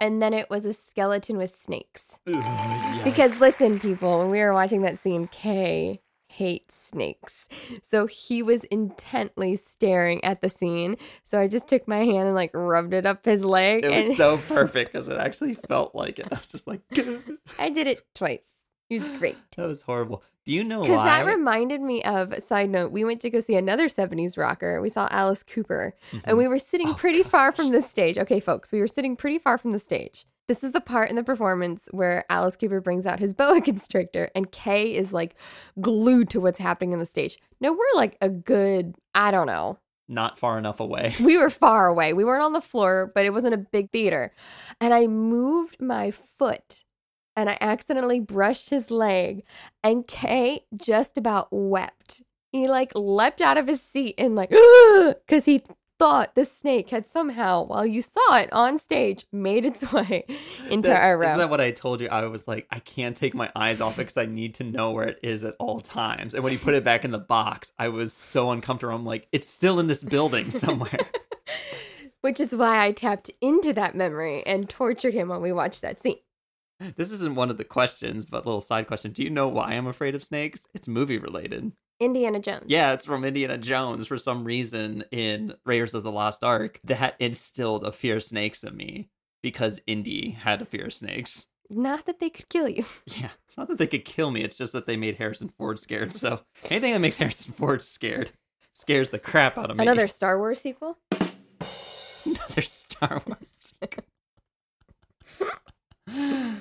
Speaker 1: And then it was a skeleton with snakes.
Speaker 2: Ugh,
Speaker 1: Because
Speaker 2: yikes.
Speaker 1: listen, people, when we were watching that scene, Kay hates snakes. So he was intently staring at the scene. So I just took my hand and like rubbed it up his leg.
Speaker 2: it
Speaker 1: and
Speaker 2: was so perfect because it actually felt like it. I was just like, *laughs* that
Speaker 1: *laughs* I did it twice. It was
Speaker 2: *laughs*
Speaker 1: great.
Speaker 2: was horrible. Do you know
Speaker 1: Because
Speaker 2: why?
Speaker 1: that reminded me of side note, we went to go see another 70s rocker. We saw Alice Cooper. And
Speaker 2: Mhm.
Speaker 1: we were sitting
Speaker 2: Oh,
Speaker 1: pretty far
Speaker 2: gosh.
Speaker 1: from the stage. Okay, folks, we were sitting pretty far from the stage. This is the part in the performance where Alice Cooper brings out his boa *laughs* constrictor and Kay is like glued to what's happening on the stage. No, we're like a good, I don't know.
Speaker 2: Not far enough away.
Speaker 1: We were far away. We weren't on the floor, but it wasn't a big theater. And I moved my foot and I accidentally brushed his leg and Kay just about wept. He like leapt out of his seat and like *gasps* cuz he thought the snake had somehow while you saw it on stage made its *laughs* way into
Speaker 2: That-
Speaker 1: our
Speaker 2: Isn't
Speaker 1: room.
Speaker 2: that what I told you? I was like, I can't take my eyes off it because I need to know where it is at all times. And when he put it back in the box, I was so uncomfortable. I'm like, it's still in this
Speaker 1: *laughs*
Speaker 2: building somewhere.
Speaker 1: Which is why I tapped into that memory and tortured him when we watched that scene.
Speaker 2: this isn't one of the questions, but little side question. Do you know why I'm afraid of snakes? It's movie related.
Speaker 1: Indiana Jones.
Speaker 2: Yeah, it's from Indiana Jones for some reason in Raiders of the Lost Ark that instilled a fear of snakes in me because Indy had a fear of snakes.
Speaker 1: Not that they could kill you.
Speaker 2: Yeah, it's not that they could kill me. It's just that they made Harrison Ford scared. So anything that makes Harrison Ford scared scares the crap out of me. *laughs*
Speaker 1: Another Star Wars sequel?
Speaker 2: Another Star Wars.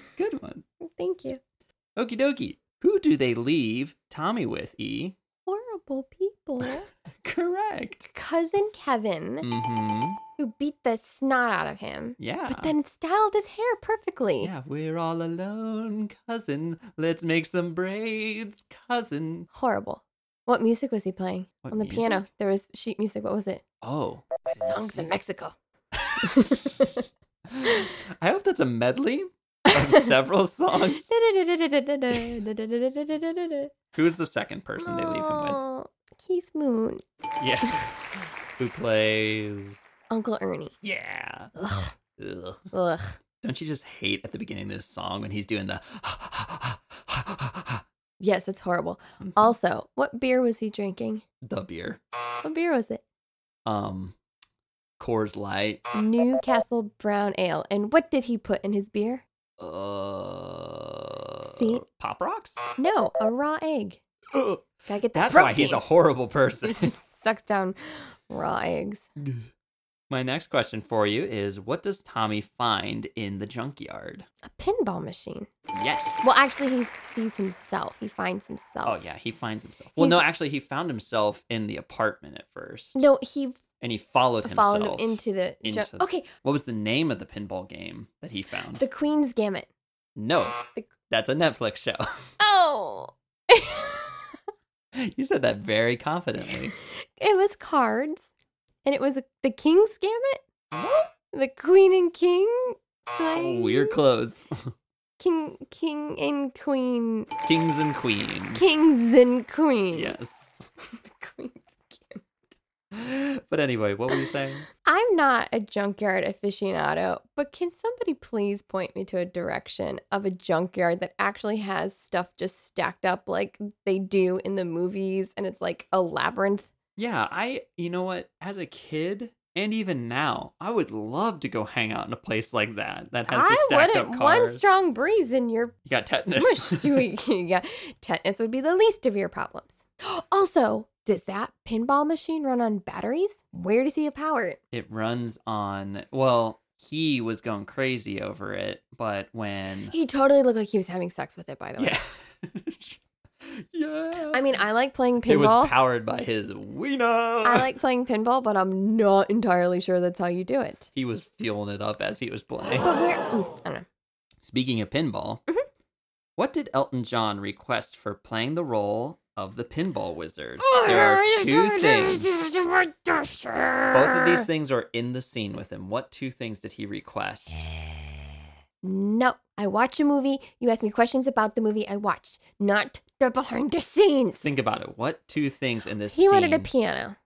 Speaker 2: *laughs* Good one.
Speaker 1: Thank you.
Speaker 2: Okie dokie. Who do they leave Tommy with? E.
Speaker 1: Horrible people. *laughs*
Speaker 2: Correct.
Speaker 1: Cousin Kevin,
Speaker 2: Mm-hmm.
Speaker 1: who beat the snot out of him,
Speaker 2: Yeah.
Speaker 1: but then styled his hair perfectly.
Speaker 2: yeah, we're all alone, cousin. Let's make some braids, cousin.
Speaker 1: Horrible. What music was he playing
Speaker 2: What
Speaker 1: on the
Speaker 2: music?
Speaker 1: piano? There was sheet music. What was it?
Speaker 2: Oh.
Speaker 1: *laughs*
Speaker 2: *laughs*
Speaker 1: Songs in Mexico.
Speaker 2: I hope that's a medley
Speaker 1: *laughs*
Speaker 2: of several *laughs* songs. Who's the second person they leave him with?
Speaker 1: Oh, Keith Moon, *laughs*
Speaker 2: Yeah. Who plays?
Speaker 1: Uncle Ernie.
Speaker 2: Yeah.
Speaker 1: Ugh.
Speaker 2: Ugh.
Speaker 1: Ugh.
Speaker 2: Don't you just hate at the beginning of this song when he's doing the? *laughs*
Speaker 1: Yes, it's horrible. Also, what beer was he drinking?
Speaker 2: the beer.
Speaker 1: What beer was it?
Speaker 2: Um, Coors Light.
Speaker 1: Newcastle Brown Ale. And what did he put in his beer?
Speaker 2: Uh,
Speaker 1: See?
Speaker 2: Pop Rocks. *gasps*
Speaker 1: No, a raw egg.
Speaker 2: Ugh.
Speaker 1: Gotta get the
Speaker 2: That's why he's a
Speaker 1: protein. *laughs*
Speaker 2: horrible person. *laughs*
Speaker 1: Sucks down raw eggs.
Speaker 2: My next question for you is: What does Tommy find in the junkyard?
Speaker 1: A pinball machine.
Speaker 2: Yes.
Speaker 1: Well, actually, he sees himself. He finds himself.
Speaker 2: Oh yeah, he finds himself. Well,
Speaker 1: He's-
Speaker 2: no, actually, he found himself in the apartment at first,
Speaker 1: No, he
Speaker 2: and he followed himself
Speaker 1: followed him into the. ju-
Speaker 2: into-
Speaker 1: okay,
Speaker 2: What was the name of the pinball game that he found?
Speaker 1: the Queen's Gambit.
Speaker 2: No,
Speaker 1: The-
Speaker 2: that's a Netflix show. *laughs*
Speaker 1: Oh!
Speaker 2: you said that very confidently.
Speaker 1: *laughs* it was cards, and it was a, the King's Gambit? The Queen and King?
Speaker 2: Oh,
Speaker 1: thing?
Speaker 2: we're close.
Speaker 1: King, King and
Speaker 2: *laughs*
Speaker 1: Queen.
Speaker 2: Kings and queens.
Speaker 1: Kings and Queens. *laughs*
Speaker 2: Yes.
Speaker 1: The Queen's Gambit.
Speaker 2: But anyway, what were you saying?
Speaker 1: I'm not a junkyard aficionado, but can somebody please point me to a direction of a junkyard that actually has stuff just stacked up like they do in the movies and it's like a labyrinth?
Speaker 2: Yeah, I, you know what, as a kid and even now, I would love to go hang out in a place like that that has the
Speaker 1: I
Speaker 2: stacked up
Speaker 1: wouldn't.
Speaker 2: cars.
Speaker 1: One strong breeze and you're
Speaker 2: you got tetanus. *laughs*
Speaker 1: smushed. You- yeah, tetanus would be the least of your problems. *gasps* Also, does that pinball machine run on batteries? Where does he power it?
Speaker 2: it runs on well he was going crazy over it but when
Speaker 1: He totally looked like he was having sex with it, by the way.
Speaker 2: *laughs* yeah yeah
Speaker 1: I mean, I like playing
Speaker 2: it was
Speaker 1: pinball.
Speaker 2: powered by his wiener
Speaker 1: I like playing pinball, but I'm not entirely sure that's how you do it.
Speaker 2: he was fueling it up as he was
Speaker 1: *laughs*
Speaker 2: playing
Speaker 1: But where? mm, I don't know.
Speaker 2: speaking of pinball
Speaker 1: Mm-hmm.
Speaker 2: what did elton john request for playing the role of the pinball wizard
Speaker 1: Oh,
Speaker 2: there are two things both of these things are in the scene with him what two things did he request
Speaker 1: No, I watch a movie. You ask me questions about the movie I watched, not the behind the scenes.
Speaker 2: think about it what two things in this
Speaker 1: he wanted a
Speaker 2: scene-
Speaker 1: piano.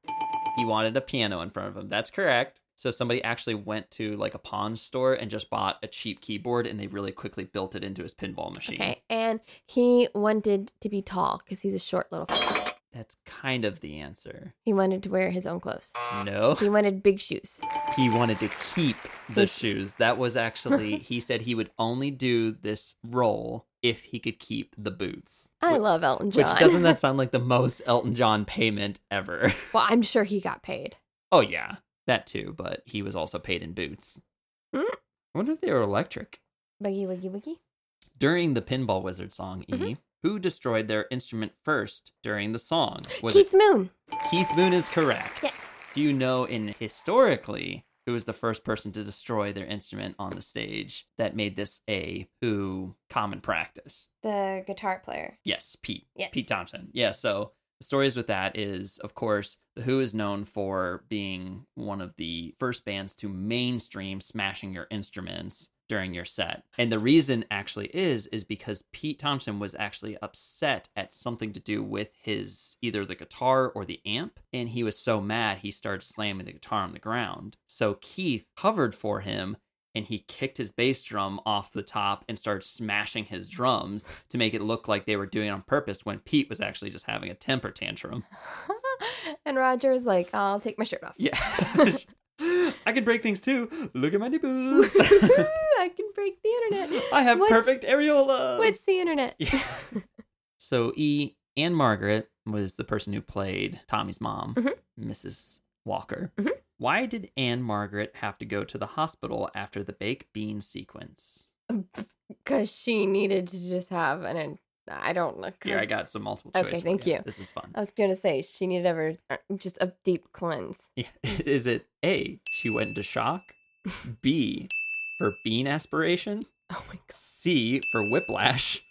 Speaker 2: He wanted a piano in front of him. That's correct. So somebody actually went to like a pawn store and just bought a cheap keyboard and they really quickly built it into his pinball machine.
Speaker 1: Okay, and he wanted to be tall because he's a short little. f-
Speaker 2: That's kind of the answer.
Speaker 1: He wanted to wear his own clothes.
Speaker 2: No.
Speaker 1: He wanted big shoes.
Speaker 2: He wanted to keep the
Speaker 1: He's-
Speaker 2: shoes. That was actually
Speaker 1: *laughs*
Speaker 2: he said he would only do this role if he could keep the boots.
Speaker 1: I
Speaker 2: Wh-
Speaker 1: love Elton John.
Speaker 2: Which
Speaker 1: *laughs*
Speaker 2: doesn't that sound like the most Elton John payment ever? *laughs*
Speaker 1: Well, I'm sure he got paid.
Speaker 2: Oh yeah, that too, but he was also paid in boots.
Speaker 1: Hmm.
Speaker 2: I wonder if they were electric.
Speaker 1: Boogie woogie woogie.
Speaker 2: during the Pinball Wizard song, E, who destroyed their instrument first during the song? Was
Speaker 1: Keith Moon.
Speaker 2: it Keith Moon is correct.
Speaker 1: Yes.
Speaker 2: Do you know in historically who was the first person to destroy their instrument on the stage that made this a who common practice?
Speaker 1: The guitar player.
Speaker 2: Yes, Pete.
Speaker 1: Yes.
Speaker 2: Pete Thompson. Yeah, so the stories with that is, of course, The Who is known for being one of the first bands to mainstream smashing your instruments during your set. And the reason actually is is because Pete Thompson was actually upset at something to do with his either the guitar or the amp and he was so mad he started slamming the guitar on the ground. So Keith covered for him and he kicked his bass drum off the top and started smashing his drums to make it look like they were doing it on purpose when Pete was actually just having a
Speaker 1: *laughs*
Speaker 2: temper tantrum.
Speaker 1: and Roger was like, I'll take my shirt off.
Speaker 2: Yeah. *laughs* I can break things too. Look at
Speaker 1: *laughs*
Speaker 2: my nipples.
Speaker 1: *laughs* I can break the internet.
Speaker 2: *laughs* I have
Speaker 1: What's-
Speaker 2: perfect areolas.
Speaker 1: What's the internet?
Speaker 2: *laughs*
Speaker 1: *laughs*
Speaker 2: Yeah. so E and Margaret was the person who played Tommy's mom,
Speaker 1: Mhm.
Speaker 2: Mrs. Walker.
Speaker 1: Mhm.
Speaker 2: Why did Anne Margaret have to go to the hospital after the baked bean sequence?
Speaker 1: Because she needed to just have an. I don't know.
Speaker 2: Here, I got some multiple choice.
Speaker 1: Okay,
Speaker 2: for
Speaker 1: thank you.
Speaker 2: This is fun.
Speaker 1: I was gonna say she needed ever uh, just a deep cleanse. *laughs*
Speaker 2: Yeah. *laughs* Is it A, she went into shock? B, for bean aspiration?
Speaker 1: Oh my god.
Speaker 2: C, for whiplash?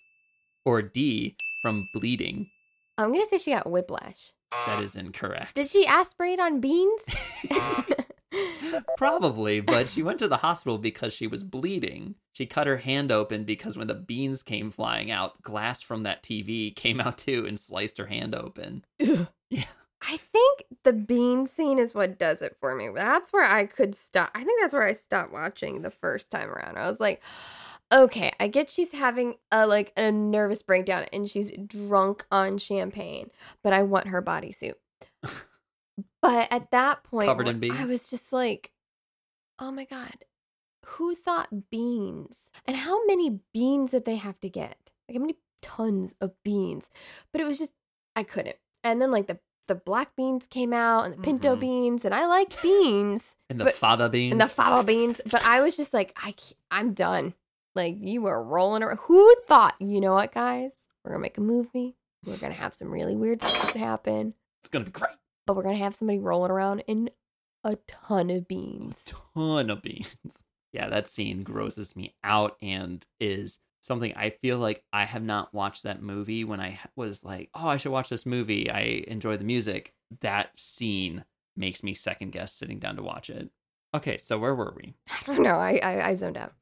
Speaker 2: Or D, from bleeding?
Speaker 1: I'm gonna say she got whiplash.
Speaker 2: That is incorrect.
Speaker 1: Did she aspirate on beans?
Speaker 2: *laughs*
Speaker 1: *laughs*
Speaker 2: Uh, Probably, but she went to the hospital because she was bleeding. She cut her hand open because when the beans came flying out, glass from that TV came out too and sliced her hand open.
Speaker 1: I think the bean scene is what does it for me. That's where I could stop. I think that's where I stopped watching the first time around. I was like, okay, I get she's having a like a nervous breakdown and she's drunk on champagne, but I want her bodysuit. but at that point,
Speaker 2: Covered in
Speaker 1: I
Speaker 2: beans?
Speaker 1: was just like, oh my god, who thought beans? And how many beans did they have to get? Like how many tons of beans? But it was just I couldn't. And then like the the black beans came out and the pinto
Speaker 2: Mhm.
Speaker 1: beans and I liked beans
Speaker 2: And the
Speaker 1: But-
Speaker 2: fava beans.
Speaker 1: and the fava beans, but I was just like I can't- I'm done. Like you were rolling around. Who thought? You know what, guys? We're gonna make a movie. We're gonna have some really weird shit happen,
Speaker 2: *laughs* It's going to be great.
Speaker 1: but we're gonna have somebody rolling around in a ton of
Speaker 2: A
Speaker 1: beans.
Speaker 2: ton of beans. *laughs* Yeah, that scene grosses me out and is something I feel like I have not watched that movie when I was like, oh, I should watch this movie. I enjoy the music. That scene makes me second guess sitting down to watch it. Okay, so where were we?
Speaker 1: I don't know. I I, I zoned out.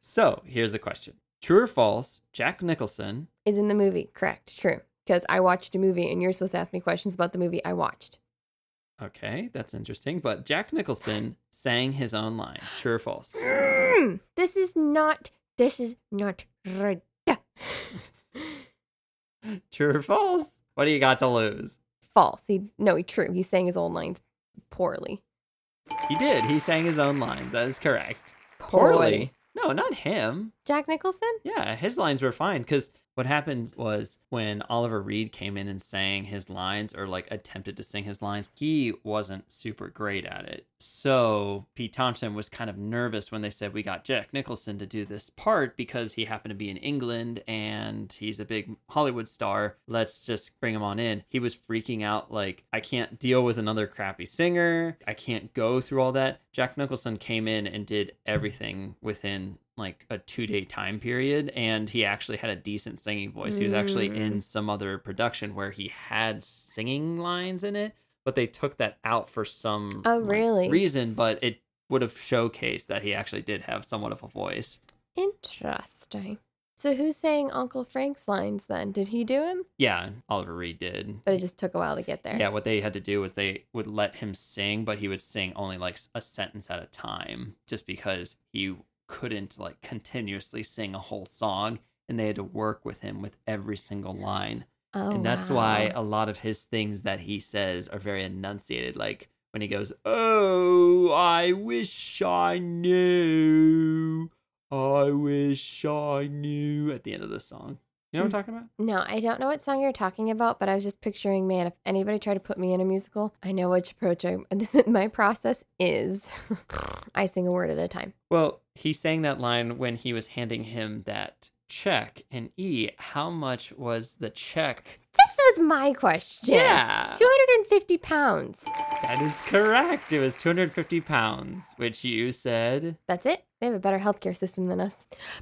Speaker 2: So here's a question True or false, Jack Nicholson
Speaker 1: Is in the movie correct? True, because I watched a movie and you're supposed to ask me questions about the movie I watched.
Speaker 2: Okay, that's interesting. But Jack Nicholson sang his own lines. True or false?
Speaker 1: Mm, this is not. This is not right.
Speaker 2: True or false? What do you got to lose?
Speaker 1: False. He no. He true. He sang his old lines poorly.
Speaker 2: He did. He sang his own lines. That is correct. No, not him.
Speaker 1: Jack Nicholson.
Speaker 2: Yeah, his lines were fine because what happened was when Oliver Reed came in and sang his lines or like attempted to sing his lines, he wasn't super great at it. So Pete Thompson was kind of nervous when they said, We got Jack Nicholson to do this part because he happened to be in England and he's a big Hollywood star. Let's just bring him on in. He was freaking out, like, I can't deal with another crappy singer. I can't go through all that. Jack Nicholson came in and did everything within like a two day time period and he actually had a decent singing voice he was actually
Speaker 1: Mm.
Speaker 2: in some other production where he had singing lines in it but they took that out for some
Speaker 1: Oh, really?
Speaker 2: reason but it would have showcased that he actually did have somewhat of a voice
Speaker 1: Interesting. So who sang Uncle Frank's lines then? Did he do him?
Speaker 2: yeah oliver reed did
Speaker 1: But it just took a while to get there.
Speaker 2: yeah what they had to do was they would let him sing but he would sing only like a sentence at a time just because he couldn't like continuously sing a whole song and they had to work with him with every single line
Speaker 1: Oh,
Speaker 2: and that's why uh,
Speaker 1: wow.
Speaker 2: a lot of his things that he says are very enunciated like when he goes oh i wish i knew i wish i knew at the end of the song you know what i'm
Speaker 1: Hmm.
Speaker 2: talking about
Speaker 1: No, I don't know what song you're talking about, but I was just picturing, man, if anybody tried to put me in a musical, I know which approach I. *laughs* This is, my process is, *laughs* I sing a word at a time.
Speaker 2: well he sang that line when he was handing him that check and e how much was the check
Speaker 1: This was my question.
Speaker 2: yeah
Speaker 1: Two hundred and fifty pounds.
Speaker 2: that is correct it was 250 pounds which you said
Speaker 1: That's it. They have a better healthcare system than us.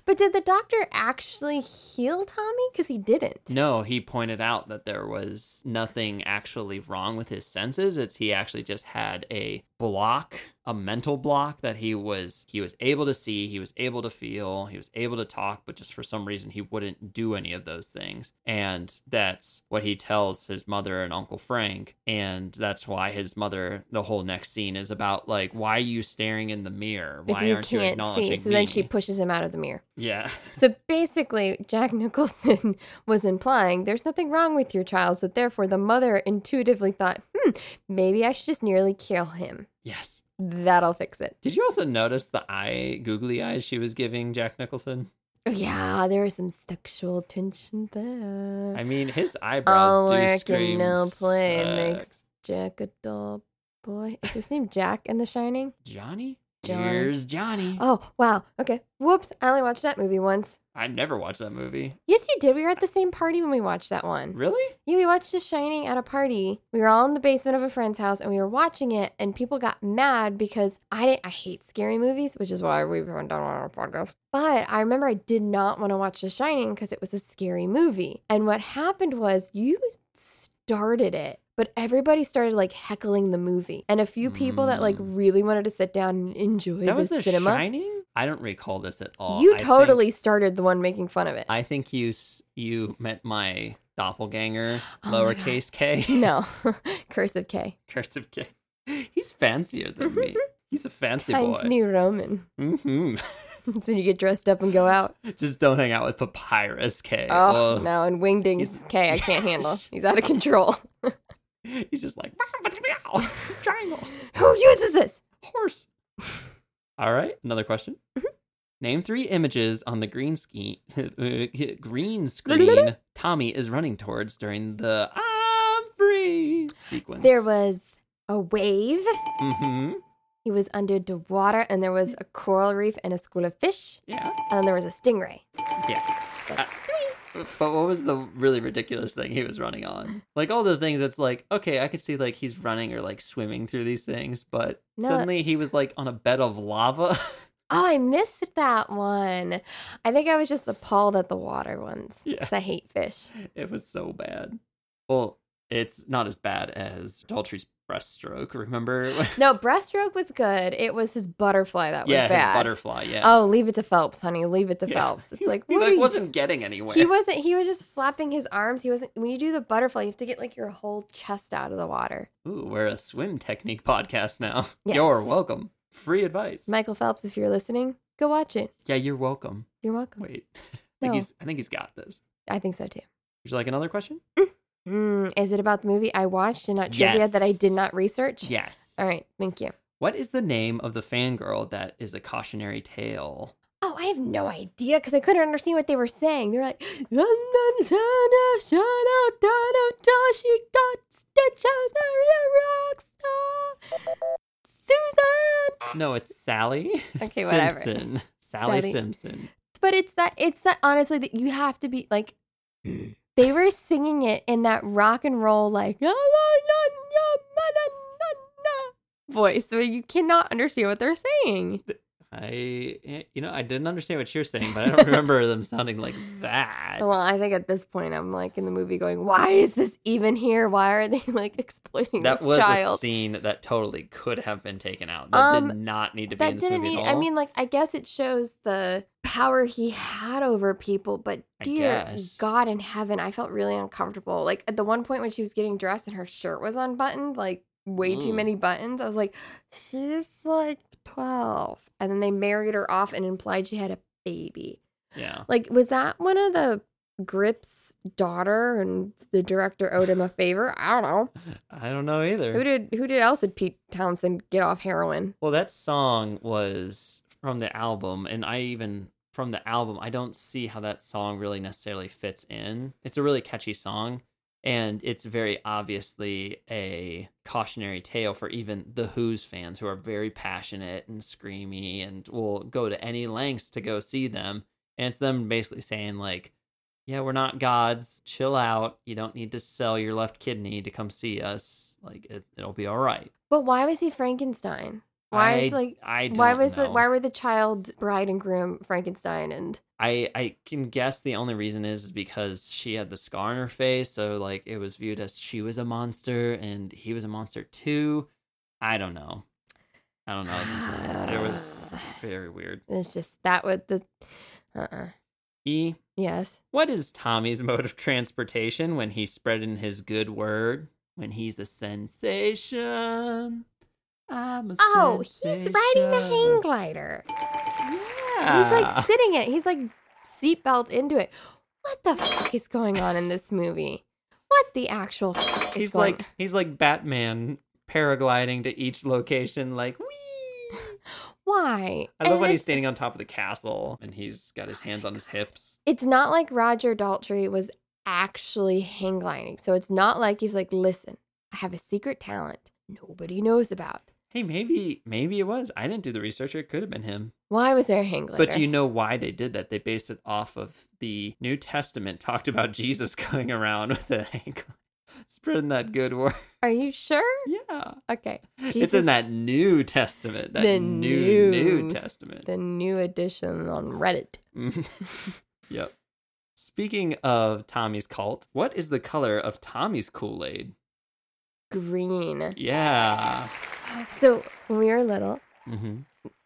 Speaker 1: But did the doctor actually heal Tommy? Because he didn't.
Speaker 2: No, he pointed out that there was nothing actually wrong with his senses. It's he actually just had a block, a mental block that he was he was able to see, he was able to feel, he was able to talk, but just for some reason he wouldn't do any of those things. And that's what he tells his mother and Uncle Frank, and that's why his mother the whole next scene is about like why are you staring in the mirror? Why
Speaker 1: if you
Speaker 2: aren't you
Speaker 1: can't
Speaker 2: acknowledging
Speaker 1: see, so then
Speaker 2: me?"
Speaker 1: she pushes him out of the mirror.
Speaker 2: Yeah. *laughs*
Speaker 1: So basically, Jack *laughs* Nicholson was implying there's nothing wrong with your child. So therefore, the mother intuitively thought, hmm, maybe I should just nearly kill him.
Speaker 2: Yes.
Speaker 1: That'll fix it.
Speaker 2: Did you also notice the eye, googly eyes she was giving Jack Nicholson?
Speaker 1: Oh, yeah, there was some sexual tension there.
Speaker 2: I mean, his eyebrows
Speaker 1: All
Speaker 2: do
Speaker 1: work
Speaker 2: scream
Speaker 1: and Oh, no play makes-
Speaker 2: sex.
Speaker 1: Jack a dull boy. Is his name Jack in The Shining?
Speaker 2: Johnny?
Speaker 1: Johnny.
Speaker 2: Here's Johnny.
Speaker 1: Oh, wow. Okay. Whoops. I only watched that movie once.
Speaker 2: I've never watched that movie.
Speaker 1: Yes, you did. We were at the same party when we watched that one.
Speaker 2: Really?
Speaker 1: Yeah, we watched The Shining at a party. We were all in the basement of a friend's house and we were watching it, and people got mad because I didn't, I hate scary movies, which is why we've done our podcast. But I remember I did not want to watch The Shining because it was a scary movie. And what happened was you started it. But everybody started like heckling the movie, and a few people that like
Speaker 2: Mm.
Speaker 1: really wanted to sit down and enjoy
Speaker 2: That
Speaker 1: the
Speaker 2: was The
Speaker 1: cinema.
Speaker 2: Shining? I don't recall this at all.
Speaker 1: You
Speaker 2: Uh, I think-
Speaker 1: totally started the one making fun of it.
Speaker 2: I think you s- you meant my doppelganger,
Speaker 1: *gasps* Oh my God.
Speaker 2: lowercase k,
Speaker 1: *laughs* no, *laughs* cursive K
Speaker 2: *laughs* cursive k. He's fancier
Speaker 1: *laughs*
Speaker 2: than me. He's a fancy
Speaker 1: times
Speaker 2: boy.
Speaker 1: New Roman. *laughs*
Speaker 2: hmm
Speaker 1: so you get dressed up and go out.
Speaker 2: *laughs* Just don't hang out with papyrus k.
Speaker 1: Oh,
Speaker 2: Ugh.
Speaker 1: no, and
Speaker 2: he's-
Speaker 1: Wingdings K I
Speaker 2: *laughs*
Speaker 1: can't handle. He's out of control. *laughs*
Speaker 2: He's just like "Meow, *laughs* triangle
Speaker 1: Who uses this?
Speaker 2: horse. *laughs* All right, another question.
Speaker 1: Mm-hmm.
Speaker 2: Name three images on the green screen. *laughs* green screen. Tommy is running towards during the "I'm free" sequence.
Speaker 1: There was a wave.
Speaker 2: hmm
Speaker 1: He was under the water, and there was a coral reef and a school of fish,
Speaker 2: Yeah.
Speaker 1: and there was a stingray.
Speaker 2: Yeah. Uh,
Speaker 1: That's
Speaker 2: But what was the really ridiculous thing he was running on? Like all the things it's like, okay, I could see like he's running or like swimming through these things, but
Speaker 1: No. uh
Speaker 2: suddenly he was like on a bed of lava.
Speaker 1: Oh, I missed that one. I think I was just appalled at the water ones.
Speaker 2: Yeah.
Speaker 1: 'cause I hate fish. *laughs*
Speaker 2: it was so bad. Well, it's not as bad as Daltrey's
Speaker 1: *laughs*
Speaker 2: breaststroke, remember? *laughs*
Speaker 1: No, breaststroke was good. It was his butterfly that was
Speaker 2: yeah,
Speaker 1: bad.
Speaker 2: his butterfly, yeah.
Speaker 1: Oh, leave it to Phelps, honey. Leave it to
Speaker 2: Yeah.
Speaker 1: Phelps.
Speaker 2: *laughs*
Speaker 1: It's like,
Speaker 2: he
Speaker 1: what are
Speaker 2: like
Speaker 1: you
Speaker 2: wasn't getting anywhere.
Speaker 1: He wasn't. He was just flapping his arms. He wasn't. When you do the butterfly, you have to get like your whole chest out of the water.
Speaker 2: *laughs* Ooh, we're a swim technique podcast now. *laughs*
Speaker 1: Yes.
Speaker 2: You're welcome. Free advice.
Speaker 1: Michael Phelps, if you're listening, go watch it.
Speaker 2: yeah, you're welcome.
Speaker 1: You're welcome.
Speaker 2: Wait. *laughs* I think
Speaker 1: No.
Speaker 2: he's I think he's got this.
Speaker 1: I think so too.
Speaker 2: Would you like another question?
Speaker 1: Hmm, is it about the movie I watched and not trivia that I did
Speaker 2: Yes.
Speaker 1: not research?
Speaker 2: Yes.
Speaker 1: All right. Thank you.
Speaker 2: What is the name of the fangirl that is a cautionary tale?
Speaker 1: Oh, I have no idea because I couldn't understand what they were saying. They were like, she got stitches, rock star, Susan.
Speaker 2: No, it's Sally.
Speaker 1: *laughs* Okay, whatever.
Speaker 2: *laughs* Simpson. Sally,
Speaker 1: Sally.
Speaker 2: Simpson.
Speaker 1: But it's that it's that honestly that you have to be like they were singing it in that rock and roll like voice where you cannot understand what they're saying.
Speaker 2: I, eh, you know, I didn't understand what you're saying, but I don't remember them
Speaker 1: *laughs*
Speaker 2: sounding like that.
Speaker 1: Well, I think at this point I'm like in the movie going, why is this even here? Why are they *laughs* like exploiting
Speaker 2: that
Speaker 1: this
Speaker 2: was a
Speaker 1: child? Um,
Speaker 2: scene that totally could have been taken out. That did not need to be in
Speaker 1: That
Speaker 2: this
Speaker 1: didn't
Speaker 2: movie
Speaker 1: need.
Speaker 2: at all.
Speaker 1: I mean, like I guess it shows the power he had over people, but
Speaker 2: I
Speaker 1: dear
Speaker 2: guess.
Speaker 1: God in heaven, I felt really uncomfortable. Like at the one point when she was getting dressed and her shirt was unbuttoned, like way too
Speaker 2: Mm.
Speaker 1: many buttons. I was like, she's like twelve, and then they married her off and implied she had a baby.
Speaker 2: yeah. *laughs*
Speaker 1: Like, was that one of the Grip's daughter and the director owed
Speaker 2: *laughs*
Speaker 1: him a favor? I don't know.
Speaker 2: I don't know either.
Speaker 1: Who did who did else did Pete Townsend get off heroin?
Speaker 2: Well, that song was from the album, and I even from the album, I don't see how that song really necessarily fits in. It's a really catchy song, and it's very obviously a cautionary tale for even the Who's fans who are very passionate and screamy and will go to any lengths to go see them. And it's them basically saying, like, yeah, we're not gods. Chill out. You don't need to sell your left kidney to come see us. Like, it, it'll be all right.
Speaker 1: But why was he Frankenstein? Why
Speaker 2: I-
Speaker 1: is like
Speaker 2: I
Speaker 1: why
Speaker 2: don't
Speaker 1: was the
Speaker 2: know.
Speaker 1: why were the child bride and groom Frankenstein and
Speaker 2: I I can guess the only reason is, is because she had the scar on her face, so like it was viewed as she was a monster and he was a monster too. I don't know. I don't know.
Speaker 1: *sighs*
Speaker 2: It was very weird.
Speaker 1: it's just that what the uh-uh.
Speaker 2: E.
Speaker 1: yes
Speaker 2: What is Tommy's *laughs* mode of transportation when he's spreading his good word? When he's a sensation. I'm a
Speaker 1: oh he's riding the hang
Speaker 2: sensation.
Speaker 1: glider
Speaker 2: Yeah.
Speaker 1: he's like sitting it he's like seatbelt into it what the fuck is going on in this movie what the actual fuck is
Speaker 2: he's
Speaker 1: going
Speaker 2: like he's like Batman paragliding to each location, like, wee.
Speaker 1: Why?
Speaker 2: I love
Speaker 1: And
Speaker 2: when he's
Speaker 1: it's,
Speaker 2: standing on top of the castle and he's got his hands on his hips.
Speaker 1: it's not like Roger Daltrey was actually hang gliding. So it's not like he's like, listen, I have a secret talent nobody knows about.
Speaker 2: Hey, maybe, maybe it was. I didn't do the research. It could have been him.
Speaker 1: Why was there a hang glider?
Speaker 2: But do you know why they did that? They based it off of the New Testament talked about Jesus *laughs* going around with a hang spreading that good word.
Speaker 1: Are you sure?
Speaker 2: *laughs* Yeah.
Speaker 1: Okay.
Speaker 2: It's in
Speaker 1: Jesus-
Speaker 2: that New Testament. That
Speaker 1: The
Speaker 2: new,
Speaker 1: new-
Speaker 2: New Testament.
Speaker 1: The new edition on Reddit.
Speaker 2: Mhm. *laughs* yep. Speaking of Tommy's cult, what is the color of Tommy's Kool Aid?
Speaker 1: Green.
Speaker 2: Yeah.
Speaker 1: So when we were little,
Speaker 2: hmm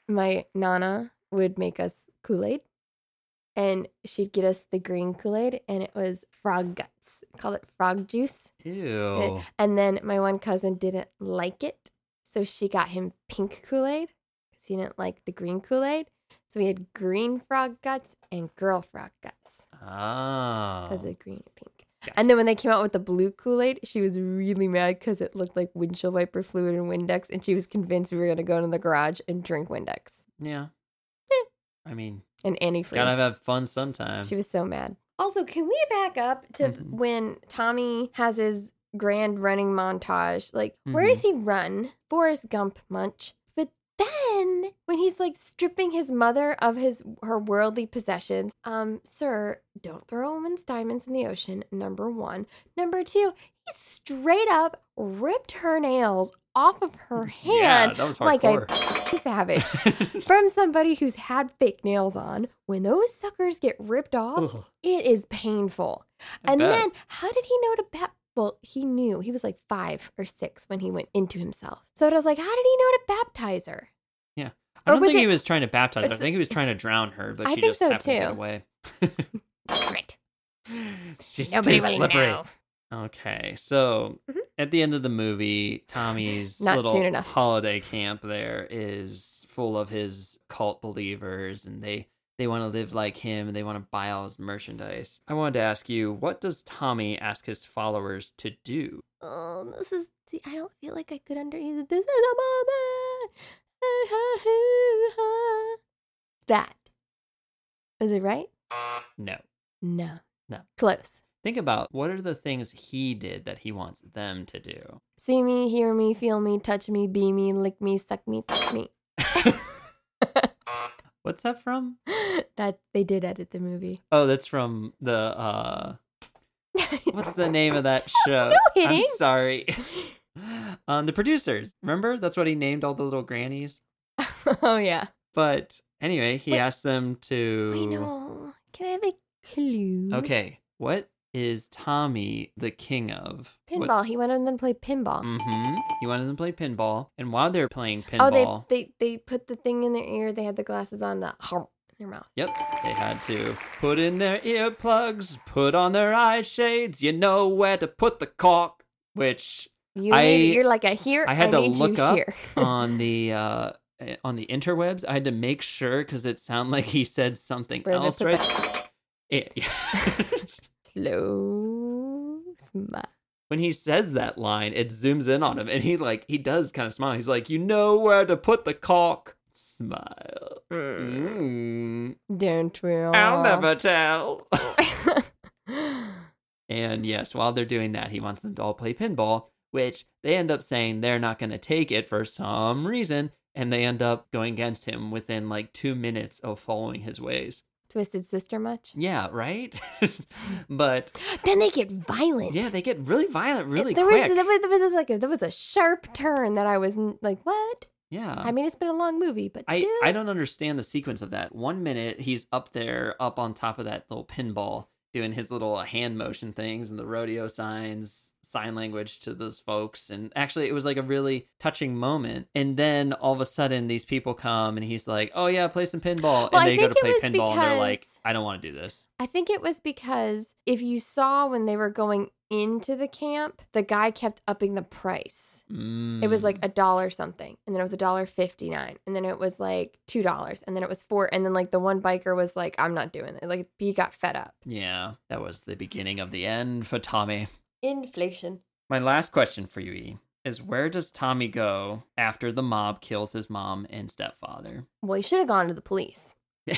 Speaker 1: my nana would make us Kool-Aid and she'd get us the green Kool-Aid and it was frog guts. Called it frog juice.
Speaker 2: Ew.
Speaker 1: And then my one cousin didn't like it, so she got him pink Kool-Aid cuz he didn't like the green Kool-Aid. So we had green frog guts and girl frog guts
Speaker 2: Ah.
Speaker 1: because of green and pink.
Speaker 2: Gotcha.
Speaker 1: And then when they came out with the blue Kool Aid, she was really mad because it looked like windshield wiper fluid and Windex, and she was convinced we were gonna go into the garage and drink Windex
Speaker 2: Yeah. I mean,
Speaker 1: and antifreeze.
Speaker 2: gotta have fun sometime.
Speaker 1: Eh. She was so mad. Also, can we back up to
Speaker 2: Mhm.
Speaker 1: when Tommy has his grand running montage? Like, where does he run? Forrest Gump munch. But then when he's like stripping his mother of his her worldly possessions, um, sir, don't throw a woman's diamonds in the ocean, number one. Number two, he straight up ripped her nails off of her
Speaker 2: yeah,
Speaker 1: hand
Speaker 2: that was
Speaker 1: like a
Speaker 2: hardcore.
Speaker 1: savage
Speaker 2: *laughs*
Speaker 1: *laughs* from somebody who's had fake nails on. When those suckers get ripped off,
Speaker 2: Ugh,
Speaker 1: it is painful.
Speaker 2: I
Speaker 1: and
Speaker 2: bet.
Speaker 1: then, how did he know to bat? Well, he knew. He was like five or six when he went into himself. So it was like, how did he know to baptize her? or
Speaker 2: I don't
Speaker 1: was
Speaker 2: think he
Speaker 1: it-
Speaker 2: was trying to baptize her. I
Speaker 1: Was-
Speaker 2: think he was trying to drown her, but
Speaker 1: I
Speaker 2: she
Speaker 1: think
Speaker 2: just
Speaker 1: so,
Speaker 2: happened to get
Speaker 1: too.
Speaker 2: away. *laughs*
Speaker 1: Right.
Speaker 2: She's
Speaker 1: Nobody
Speaker 2: too
Speaker 1: really
Speaker 2: slippery.
Speaker 1: know.
Speaker 2: Okay, so
Speaker 1: Mhm.
Speaker 2: at the end of the movie, Tommy's
Speaker 1: Not soon
Speaker 2: little
Speaker 1: enough.
Speaker 2: holiday camp there is full of his cult believers, and they they want to live like him, and they want to buy all his merchandise. I wanted to ask you, what does Tommy ask his followers to do?
Speaker 1: Oh, this is. See, I don't feel like I could under either. This is a moment. *laughs* That. Is it right?
Speaker 2: No,
Speaker 1: No.
Speaker 2: No.
Speaker 1: Close.
Speaker 2: think about what are the things he did that he wants them to do.
Speaker 1: See me, hear me, feel me, touch me, be me, lick me, suck me, touch me. *gasps*
Speaker 2: What's that from?
Speaker 1: that they did edit the movie.
Speaker 2: Oh, that's from the uh what's the name of that show?
Speaker 1: *laughs* No
Speaker 2: I'm
Speaker 1: hitting.
Speaker 2: sorry. Um, the producers. Remember? That's what he named all the little grannies.
Speaker 1: *laughs* oh yeah.
Speaker 2: But anyway, he
Speaker 1: Wait.
Speaker 2: asked them to
Speaker 1: I know. Mm-hmm. Can I have a clue?
Speaker 2: Okay. What is Tommy the king of?
Speaker 1: Pinball. He wanted them to play pinball.
Speaker 2: Mm-hmm. He wanted them to play pinball. And while they're playing
Speaker 1: oh,
Speaker 2: pinball,
Speaker 1: they, they they put the thing in their ear. They had the glasses on. The hump *laughs* in their mouth.
Speaker 2: Yep, they had to put in their earplugs, put on their eye shades. You know where to put the cork.
Speaker 1: *laughs*
Speaker 2: Which
Speaker 1: You
Speaker 2: I-
Speaker 1: need, you're like a here.
Speaker 2: I had to
Speaker 1: need
Speaker 2: look
Speaker 1: you
Speaker 2: up *laughs*
Speaker 1: here.
Speaker 2: on the uh, on the interwebs, I had to make sure because it sounded like he said something
Speaker 1: Where they
Speaker 2: else,
Speaker 1: put
Speaker 2: right? It- *laughs* yeah.
Speaker 1: Slow
Speaker 2: Mm.
Speaker 1: smile.
Speaker 2: when he says that line, it zooms in on him, and he like he does kind of smile. He's like, "You know where to put the cork." Smile.
Speaker 1: Mm.
Speaker 2: Mm.
Speaker 1: Don't we all?
Speaker 2: I'll never tell. *laughs*
Speaker 1: never.
Speaker 2: And yes, while they're doing that, he wants them to all play pinball, which they end up saying they're not going to take it for some reason. And they end up going against him within like two minutes of following his ways.
Speaker 1: *laughs* Twisted sister much? *gasps*
Speaker 2: Yeah, right? *laughs* but
Speaker 1: Then they get violent.
Speaker 2: yeah, they get really violent really
Speaker 1: there
Speaker 2: quick.
Speaker 1: Was, there was, there was like a, there was a sharp turn that I was n- like, what?
Speaker 2: yeah.
Speaker 1: I mean, it's been a long movie, but
Speaker 2: I,
Speaker 1: still.
Speaker 2: I don't understand the sequence of that. One minute he's up there, up on top of that little pinball, doing his little uh, hand motion things and the rodeo signs, sign language to those folks. And actually, it was like a really touching moment. And then all of a sudden, these people come and he's like, "Oh yeah, play some
Speaker 1: Well,
Speaker 2: pinball,"
Speaker 1: I
Speaker 2: and they go
Speaker 1: think
Speaker 2: to
Speaker 1: it
Speaker 2: play
Speaker 1: was
Speaker 2: pinball, and they're like,
Speaker 1: because-
Speaker 2: "I don't want to do this."
Speaker 1: I think it was because if you saw when they were going into the camp, the guy kept upping the price. It was like
Speaker 2: Mm.
Speaker 1: a dollar something, and then it was a dollar fifty nine, and then it was like two dollars, and then it was four, and then like the one biker was like, "I'm not doing it." Like he got fed up.
Speaker 2: yeah, that was the beginning of the end for Tommy.
Speaker 1: Inflation.
Speaker 2: My last question for you, E. is where does Tommy go after the mob kills his mom and stepfather?
Speaker 1: Well, you should have gone to the police.
Speaker 2: *laughs* well,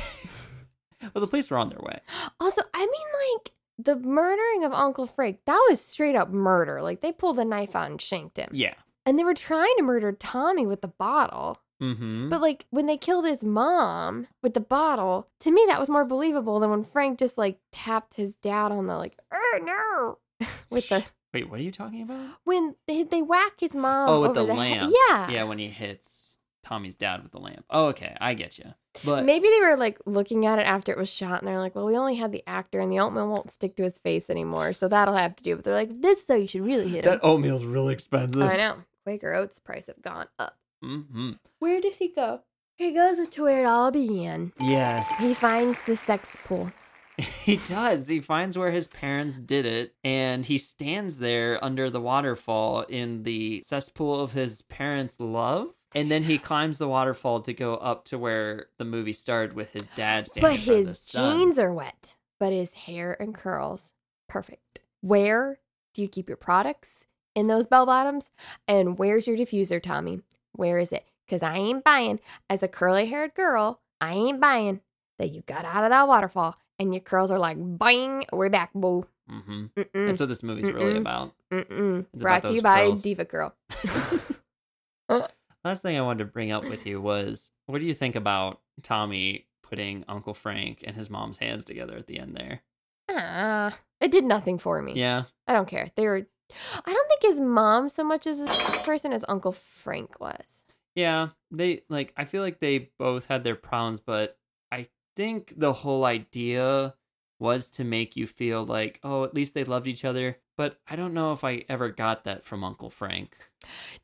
Speaker 2: the police were on their way.
Speaker 1: Also, I mean, like the murdering of Uncle Frank, that was straight up murder. Like they pulled a knife out and shanked him.
Speaker 2: Yeah.
Speaker 1: And they were trying to murder Tommy with the bottle.
Speaker 2: Mm-hmm.
Speaker 1: But like when they killed his mom with the bottle, to me that was more believable than when Frank just like tapped his dad on the like, oh no, *laughs* with the
Speaker 2: Wait, what are you talking about?
Speaker 1: when they, they whack his mom.
Speaker 2: Oh, with
Speaker 1: over
Speaker 2: the
Speaker 1: he-
Speaker 2: lamp.
Speaker 1: yeah.
Speaker 2: Yeah, when he hits Tommy's dad with the lamp. Oh, okay, I get you. But
Speaker 1: Maybe they were like looking at it after it was shot and they're like, well, we only had the actor and the oatmeal won't stick to his face anymore. So that'll have to do. But they're like, this is how you should really hit him.
Speaker 2: oatmeal's really expensive.
Speaker 1: Oh, I know. Quaker Oats price have gone up.
Speaker 2: Mm-hmm.
Speaker 1: Where does he go? He goes to where it all began. He
Speaker 2: Yes,
Speaker 1: finds the sex pool.
Speaker 2: *laughs* he does. He finds where his parents did it, and he stands there under the waterfall in the cesspool of his parents' love. And then he climbs the waterfall to go up to where the movie started with his dad standing.
Speaker 1: But
Speaker 2: in front of
Speaker 1: his
Speaker 2: the sun.
Speaker 1: jeans are wet, but his hair and curls perfect. Where do you keep your products in those bell bottoms? And where's your diffuser, Tommy? Where is it? Because I ain't buying. As a curly haired girl, I ain't buying that you got out of that waterfall and your curls are like bang, we're back, boo.
Speaker 2: Mm-hmm.
Speaker 1: Mm-mm,
Speaker 2: That's what this movie's really
Speaker 1: Mm-mm.
Speaker 2: about.
Speaker 1: mm-mm.
Speaker 2: about
Speaker 1: Brought to you
Speaker 2: those
Speaker 1: by
Speaker 2: curls.
Speaker 1: Diva Girl.
Speaker 2: *laughs*
Speaker 1: *laughs*
Speaker 2: Last thing I wanted to bring up with you was what do you think about Tommy putting Uncle Frank and his mom's hands together at the end there?
Speaker 1: Ah, it did nothing for me.
Speaker 2: Yeah.
Speaker 1: I don't care. They were. I don't think his mom so much as a person as Uncle Frank was.
Speaker 2: Yeah. They like I feel like they both had their problems, but I think the whole idea was to make you feel like, oh, at least they loved each other. But I don't know if I ever got that from Uncle Frank.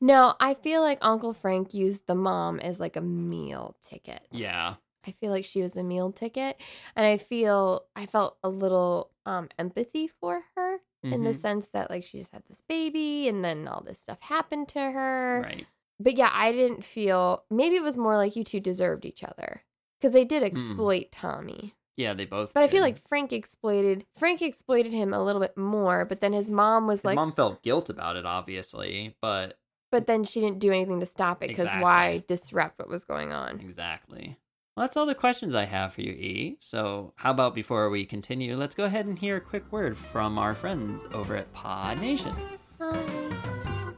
Speaker 1: No, I feel like Uncle Frank used the mom as like a meal ticket.
Speaker 2: Yeah.
Speaker 1: I feel like she was the meal ticket, and I feel I felt a little um empathy for her in the
Speaker 2: Mhm.
Speaker 1: sense that like she just had this baby, and then all this stuff happened to her.
Speaker 2: Right.
Speaker 1: But yeah, I didn't feel. Maybe it was more like you two deserved each other because they
Speaker 2: Hmm.
Speaker 1: did exploit Tommy.
Speaker 2: Yeah, they both
Speaker 1: But I feel
Speaker 2: did.
Speaker 1: like Frank exploited Frank exploited him a little bit more, but then his mom was
Speaker 2: his
Speaker 1: like
Speaker 2: mom felt guilt about it, obviously, but
Speaker 1: but then she didn't do anything to stop it because why disrupt what was going on?
Speaker 2: Exactly. Well, that's all the questions I have for you, E. So, how about before we continue, let's go ahead and hear a quick word from our friends over at Pod Nation.
Speaker 1: Hi.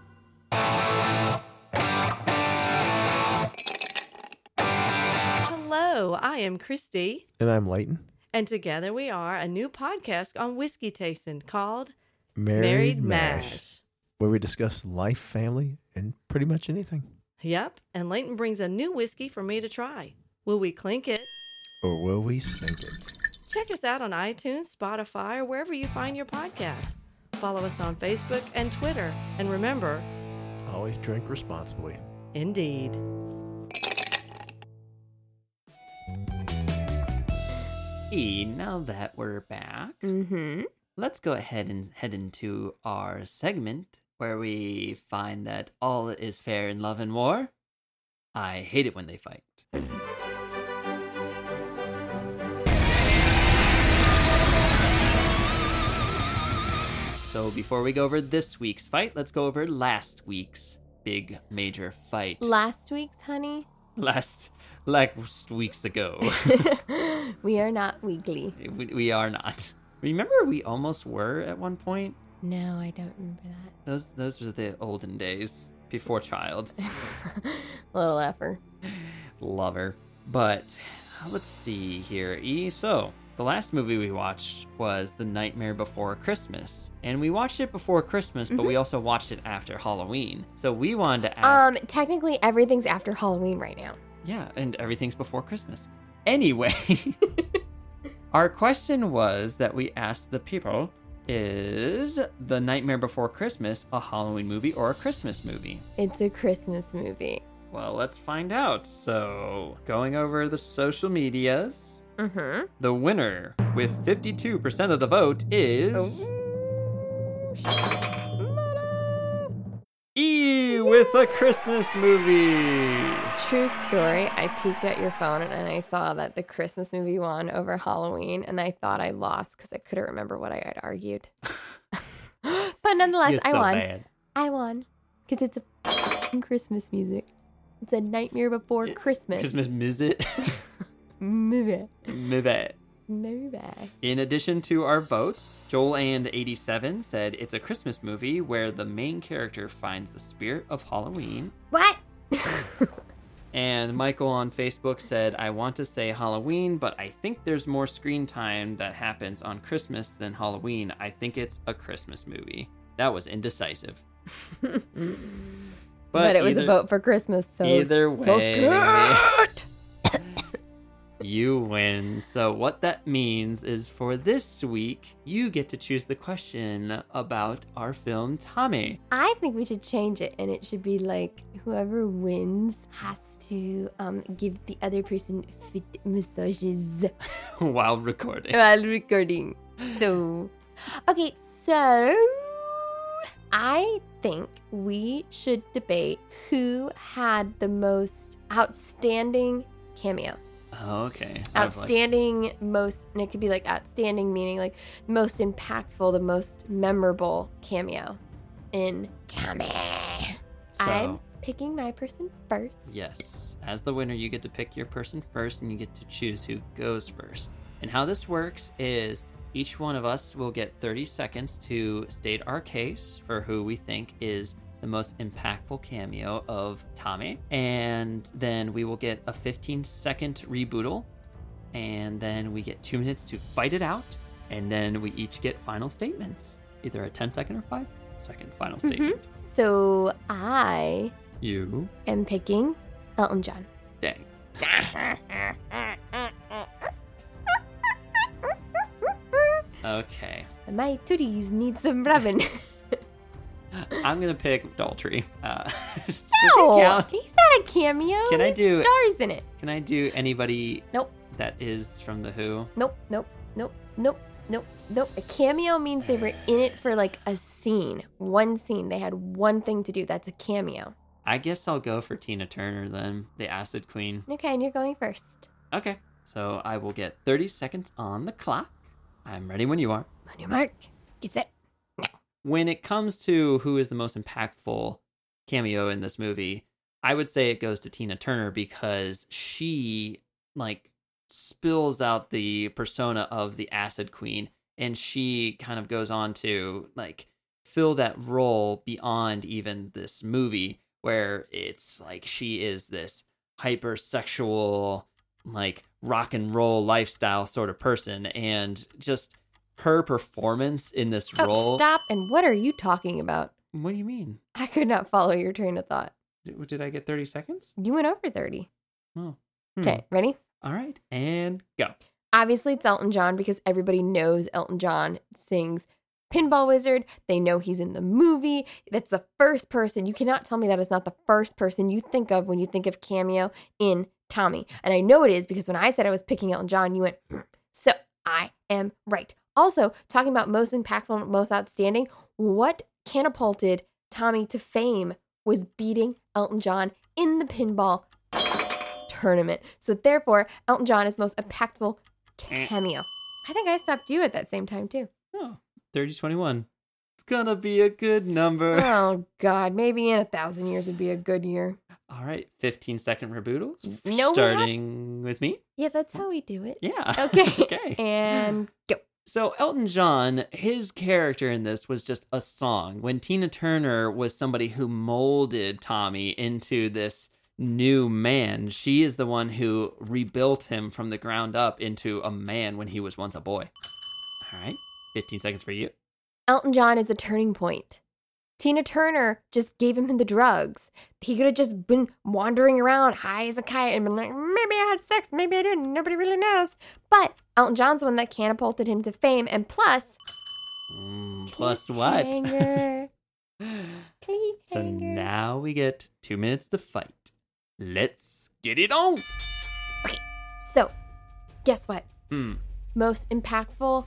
Speaker 3: Hello, I am Christy,
Speaker 4: And I'm Leighton.
Speaker 3: and together we are a new podcast on whiskey tasting called
Speaker 4: Married, Mash, Where we discuss life, family, and pretty much anything.
Speaker 3: Yep, and Leighton brings a new whiskey for me to try. Will we clink it?
Speaker 4: Or will we sink it?
Speaker 3: Check us out on iTunes, Spotify, or wherever you find your podcast. Follow us on Facebook and Twitter, and remember,
Speaker 4: Always drink responsibly.
Speaker 3: indeed.
Speaker 2: E, now that we're back,
Speaker 1: Mm-hmm.
Speaker 2: let's go ahead and head into our segment where we find that all is fair in love and war. I hate it when they fight. So before we go over this week's fight, let's go over last week's big major fight.
Speaker 1: Last week's honey. *laughs*
Speaker 2: last last weeks ago.
Speaker 1: we are not weekly.
Speaker 2: we, we are not. Remember we almost were at one point?
Speaker 1: No, I don't remember that.
Speaker 2: Those those were the olden days before child
Speaker 1: *laughs* Little effer.
Speaker 2: lover. But uh, let's see here. E so the last movie we watched was The Nightmare Before Christmas, and we watched it before Christmas, but we also watched it after Halloween. So we wanted to ask,
Speaker 1: Um, technically everything's after Halloween right now.
Speaker 2: yeah, and everything's before Christmas. Anyway, *laughs* our question was that we asked the people: Is The Nightmare Before Christmas a Halloween movie or a Christmas movie?
Speaker 1: It's a Christmas movie.
Speaker 2: Well, let's find out. So, going over the social medias,
Speaker 1: Mm-hmm.
Speaker 2: the winner with 52% of the vote is. E with a Christmas movie!
Speaker 1: True story. I peeked at your phone and I saw that the Christmas movie won over Halloween, and I thought I lost because I couldn't *laughs* remember what I had argued. but nonetheless, I won. I won. because it's a f***ing Christmas music. It's a Nightmare Before
Speaker 2: Yeah,
Speaker 1: Christmas.
Speaker 2: Christmas music. *laughs*
Speaker 1: Movie.
Speaker 2: Maybe.
Speaker 1: Movie.
Speaker 2: In addition to our votes, Joel and 87 said it's a Christmas movie where the main character finds the spirit of Halloween.
Speaker 1: What? *laughs*
Speaker 2: And Michael on Facebook said, I want to say Halloween, but I think there's more screen time that happens on Christmas than Halloween. I think it's a Christmas movie. That
Speaker 1: *laughs*
Speaker 2: was indecisive.
Speaker 1: but, it was
Speaker 2: either-
Speaker 1: a vote for Christmas, so it's
Speaker 2: Either
Speaker 1: so
Speaker 2: way, *laughs* you win. So, what that means is for this week, you get to choose the question about our film Tommy. *laughs*
Speaker 1: I think we should change it, and it should be like whoever wins has to um, give the other person foot massages
Speaker 2: while recording.
Speaker 1: while recording. So, okay, so I think we should debate who had the most outstanding cameo,
Speaker 2: Okay. I was like,
Speaker 1: outstanding most, and it could be like outstanding meaning like most impactful, the most memorable cameo in Tommy. I'm
Speaker 2: so,
Speaker 1: picking my person first.
Speaker 2: yes, as the winner, you get to pick your person first and you get to choose who goes first. And how this works is each one of us will get 30 seconds to state our case for who we think is the most impactful cameo of Tommy. And then we will get a 15 second rebootal. And then we get two minutes to fight it out. And then we each get final statements either a 10 second or five second final statement.
Speaker 1: So I
Speaker 2: You
Speaker 1: am picking Elton John.
Speaker 2: Dang. okay.
Speaker 1: *laughs* My tooties need some
Speaker 2: *laughs*
Speaker 1: rubbing.
Speaker 2: I'm gonna pick Daltrey. Uh, *laughs* does he
Speaker 1: no,
Speaker 2: count?
Speaker 1: he's not a cameo.
Speaker 2: Can I
Speaker 1: He's
Speaker 2: do-
Speaker 1: stars in it?
Speaker 2: Can I do anybody?
Speaker 1: Nope.
Speaker 2: That is from the Who.
Speaker 1: Nope, nope, nope, nope, nope, nope. A cameo means they were in it for like a scene, one scene. They had one thing to do. That's a cameo.
Speaker 2: I guess I'll go for Tina Turner then, the Acid Queen.
Speaker 1: Okay, and you're going first.
Speaker 2: Okay. So I will get 30 seconds on the clock. I'm ready when you are.
Speaker 1: On your mark, get set.
Speaker 2: when it comes to who is the most impactful cameo in this movie, I would say it goes to Tina Turner because she like spills out the persona of the acid queen and she kind of goes on to like fill that role beyond even this movie where it's like she is this hypersexual like rock and roll lifestyle sort of person and just her performance in this
Speaker 1: Oh,
Speaker 2: role
Speaker 1: stop. And what are you talking about?
Speaker 2: what do you mean?
Speaker 1: I could not follow your train of thought.
Speaker 2: Did, did I get 30 seconds?
Speaker 1: You went over 30.
Speaker 2: Oh.
Speaker 1: Okay, ready?
Speaker 2: All right. And go.
Speaker 1: Obviously, it's Elton John because everybody knows Elton John sings Pinball Wizard. They know he's in the movie. That's the first person. You cannot tell me that it's not the first person you think of when you think of cameo in Tommy. And I know it is because when I said I was picking Elton John, you went, "Hmm." so I am right. Also, talking about most impactful, most outstanding, what catapulted Tommy to fame was beating Elton John in the pinball tournament. So therefore, Elton John is most impactful
Speaker 2: Eh.
Speaker 1: cameo. I think I stopped you at that same time
Speaker 2: *laughs*
Speaker 1: too.
Speaker 2: Oh, 30 21. It's going to be a good number.
Speaker 1: *laughs* Oh God, maybe in a thousand years would be a good year.
Speaker 2: All right. 15 second rebuttals.
Speaker 1: No, we have-
Speaker 2: Starting with me.
Speaker 1: Yeah, that's how we do it.
Speaker 2: Yeah. *laughs*
Speaker 1: Okay.
Speaker 2: okay.
Speaker 1: And go.
Speaker 2: So Elton John, his character in this was just a song. When Tina Turner was somebody who molded Tommy into this new man, she is the one who rebuilt him from the ground up into a man when he was once a boy. All right. 15 seconds for you.
Speaker 1: Elton John is a turning point. Tina Turner just gave him the drugs. He could have just been wandering around high as a kite and been like, maybe I had sex, maybe I didn't, nobody really knows. But Elton John's the one that catapulted him to fame, and plus,
Speaker 2: Mm, plus what? *laughs*
Speaker 1: Cliffhanger. Cliffhanger.
Speaker 2: so now we get two minutes to fight. Let's get it on.
Speaker 1: So, guess what?
Speaker 2: Hmm.
Speaker 1: Most impactful,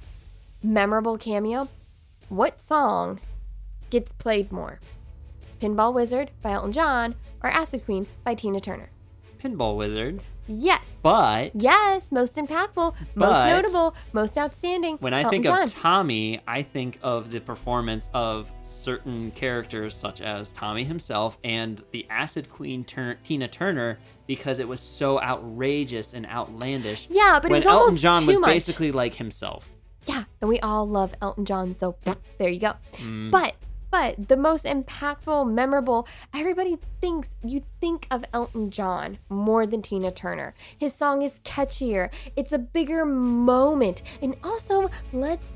Speaker 1: memorable cameo? What song gets played more? Pinball Wizard by Elton John or Acid Queen by Tina Turner?
Speaker 2: Pinball Wizard.
Speaker 1: Yes.
Speaker 2: But
Speaker 1: yes, most impactful, most
Speaker 2: But-
Speaker 1: notable, most outstanding.
Speaker 2: when I
Speaker 1: Elton
Speaker 2: think
Speaker 1: John.
Speaker 2: of Tommy, I think of the performance of certain characters such as Tommy himself and the Acid Queen Tur- Tina Turner because it was so outrageous and outlandish.
Speaker 1: yeah, but
Speaker 2: when
Speaker 1: it was
Speaker 2: Elton
Speaker 1: almost
Speaker 2: John
Speaker 1: too
Speaker 2: was
Speaker 1: much.
Speaker 2: basically like himself.
Speaker 1: yeah, and we all love Elton John, so there you go.
Speaker 2: Mm.
Speaker 1: But but the most impactful, memorable, everybody thinks you think of Elton John more than Tina Turner. His song is catchier. It's a bigger moment. And also, let's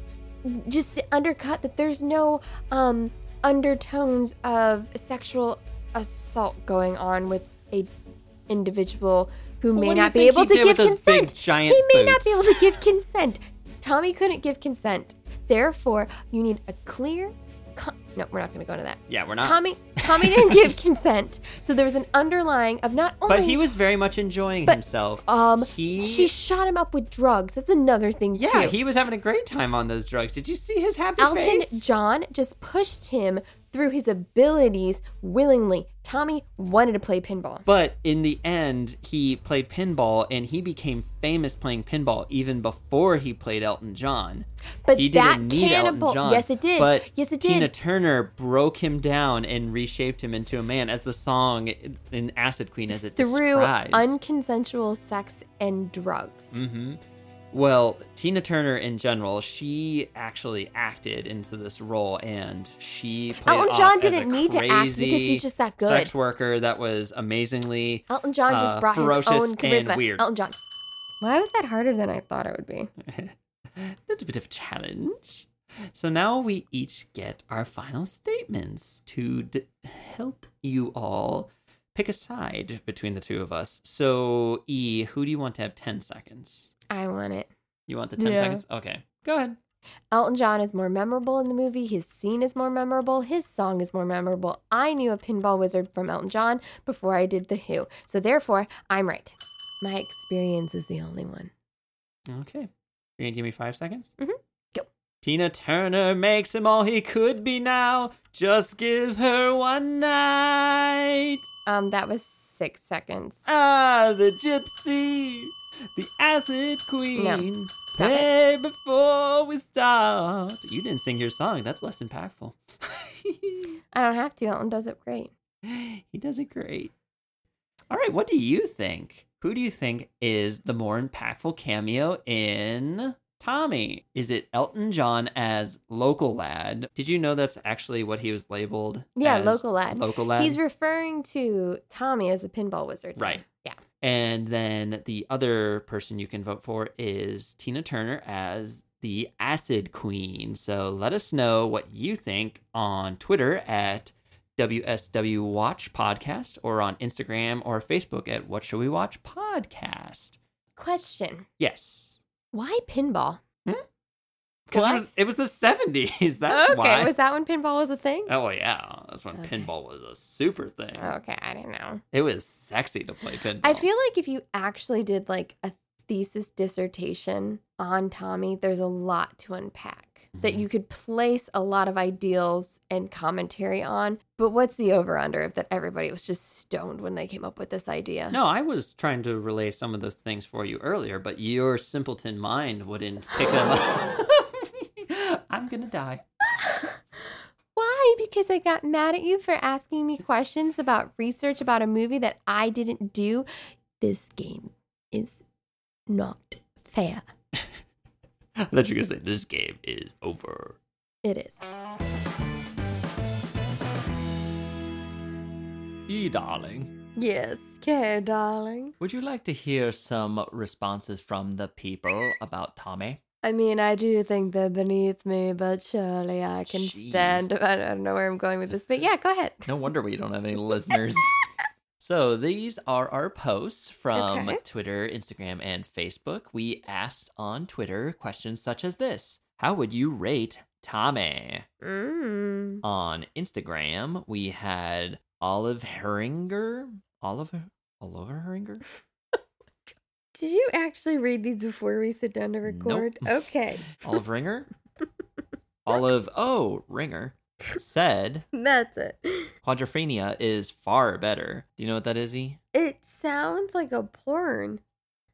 Speaker 1: just undercut that there's no um undertones of sexual assault going on with a individual who
Speaker 2: Well,
Speaker 1: may
Speaker 2: what do you
Speaker 1: not be
Speaker 2: think
Speaker 1: able
Speaker 2: he
Speaker 1: to
Speaker 2: did
Speaker 1: give
Speaker 2: with those big
Speaker 1: consent.
Speaker 2: giant
Speaker 1: he may not be able
Speaker 2: boots?
Speaker 1: to give consent. Tommy couldn't give consent. Therefore, you need a clear. Con- no, we're not going to go into that.
Speaker 2: Yeah, we're not.
Speaker 1: Tommy,
Speaker 2: *laughs*
Speaker 1: Tommy didn't give consent, so there was an underlying of not only.
Speaker 2: but he was very much enjoying
Speaker 1: Oh. But,
Speaker 2: himself.
Speaker 1: Um,
Speaker 2: he
Speaker 1: she shot him up with drugs. That's another thing too.
Speaker 2: yeah, he was having a great time on those drugs. Did you see his happy
Speaker 1: Elton
Speaker 2: face?
Speaker 1: John just pushed him through his abilities willingly. Tommy wanted to play pinball.
Speaker 2: But in the end, he played pinball and he became famous playing pinball even before he played Elton John.
Speaker 1: But
Speaker 2: he
Speaker 1: that
Speaker 2: didn't need
Speaker 1: cannibal-
Speaker 2: Elton John.
Speaker 1: Yes, it did.
Speaker 2: But
Speaker 1: Yes, it
Speaker 2: Tina
Speaker 1: did.
Speaker 2: Turner broke him down and reshaped him into a man, as the song in Acid Queen as it
Speaker 1: Through
Speaker 2: describes.
Speaker 1: unconsensual sex and drugs.
Speaker 2: hmm Well, Tina Turner in general, she actually acted into this role, and she played
Speaker 1: Elton
Speaker 2: off
Speaker 1: Oh, John
Speaker 2: as a
Speaker 1: didn't need to act because
Speaker 2: crazy
Speaker 1: he's just that good. Oh.
Speaker 2: Sex worker that was amazingly
Speaker 1: Elton John just
Speaker 2: uh,
Speaker 1: brought his
Speaker 2: ferocious
Speaker 1: own
Speaker 2: and
Speaker 1: charisma.
Speaker 2: weird.
Speaker 1: Elton John. Why was that harder than I thought it would be?
Speaker 2: That's a bit of a challenge. So now we each get our final statements to d- help you all pick a side between the two of us. So, E, who do you want to have 10 seconds?
Speaker 1: I want it.
Speaker 2: You want the 10
Speaker 1: Yeah.
Speaker 2: seconds? Okay, go ahead.
Speaker 1: Elton John is more memorable in the movie. His scene is more memorable. His song is more memorable. I knew a pinball wizard from Elton John before I did The Who. So therefore, I'm right. My experience is the only one.
Speaker 2: Okay. You're going to give me five seconds?
Speaker 1: Mhm. Go.
Speaker 2: Tina Turner makes him all he could be now. Just give her one night.
Speaker 1: Um, that was six seconds.
Speaker 2: Ah, the gypsy, the acid queen.
Speaker 1: stop it.
Speaker 2: Say before we start. You didn't sing your song. That's less impactful. *laughs*
Speaker 1: I don't have to. Elton does it great.
Speaker 2: *gasps* he does it great. All right, what do you think? Who do you think is the more impactful cameo in Tommy? Is it Elton John as local lad? Did you know that's actually what he was labeled?
Speaker 1: Yeah,
Speaker 2: as?
Speaker 1: local lad.
Speaker 2: Local lad.
Speaker 1: He's referring to Tommy as a pinball wizard. now.
Speaker 2: Right.
Speaker 1: Yeah.
Speaker 2: And then the other person you can vote for is Tina Turner as the Acid Queen. So let us know what you think on Twitter at WSW Watch Podcast or on Instagram or Facebook at What Should We Watch Podcast.
Speaker 1: Question:
Speaker 2: Yes.
Speaker 1: Why pinball?
Speaker 2: Because
Speaker 1: What?
Speaker 2: it was, it was the 70s. *laughs* That's
Speaker 1: okay,
Speaker 2: why.
Speaker 1: was that when pinball was a thing?
Speaker 2: Oh, yeah. That's when
Speaker 1: Okay.
Speaker 2: pinball was a super thing.
Speaker 1: Okay, I didn't know.
Speaker 2: It was sexy to play pinball.
Speaker 1: I feel like if you actually did like a thesis dissertation on Tommy, there's a lot to unpack that
Speaker 2: Mhm.
Speaker 1: you could place a lot of ideals and commentary on. But what's the over under of that everybody was just stoned when they came up with this idea?
Speaker 2: No, I was trying to relay some of those things for you earlier, but your simpleton mind wouldn't pick
Speaker 5: *laughs*
Speaker 2: them up. I'm gonna die.
Speaker 1: Why? Because I got mad at you for asking me questions about research about a movie that I didn't do. This game is not fair.
Speaker 2: I thought you were gonna say this game is over.
Speaker 1: It is.
Speaker 5: E darling,
Speaker 1: Yes, care, darling.
Speaker 5: would you like to hear some responses from the people about Tommy?
Speaker 1: I mean, I do think they're beneath me, but surely I can
Speaker 5: Jeez.
Speaker 1: stand. *laughs* I don't know where I'm going with this, but yeah, go ahead.
Speaker 5: No wonder we don't have any
Speaker 2: *laughs*
Speaker 5: listeners. So these are our posts from
Speaker 1: Okay.
Speaker 5: Twitter, Instagram, and Facebook. We asked on Twitter questions such as this. How would you rate Tommy?
Speaker 1: Mm.
Speaker 5: On Instagram, we had Olive Herringer. Olive Oliver Herringer?
Speaker 1: Did you actually read these before we sit down to
Speaker 2: *laughs*
Speaker 1: record? Okay.
Speaker 5: Olive Ringer? Olive Oh Ringer said
Speaker 1: That's it.
Speaker 2: Quadrophenia is far better. Do you know what that is, E?
Speaker 1: It sounds like a porn.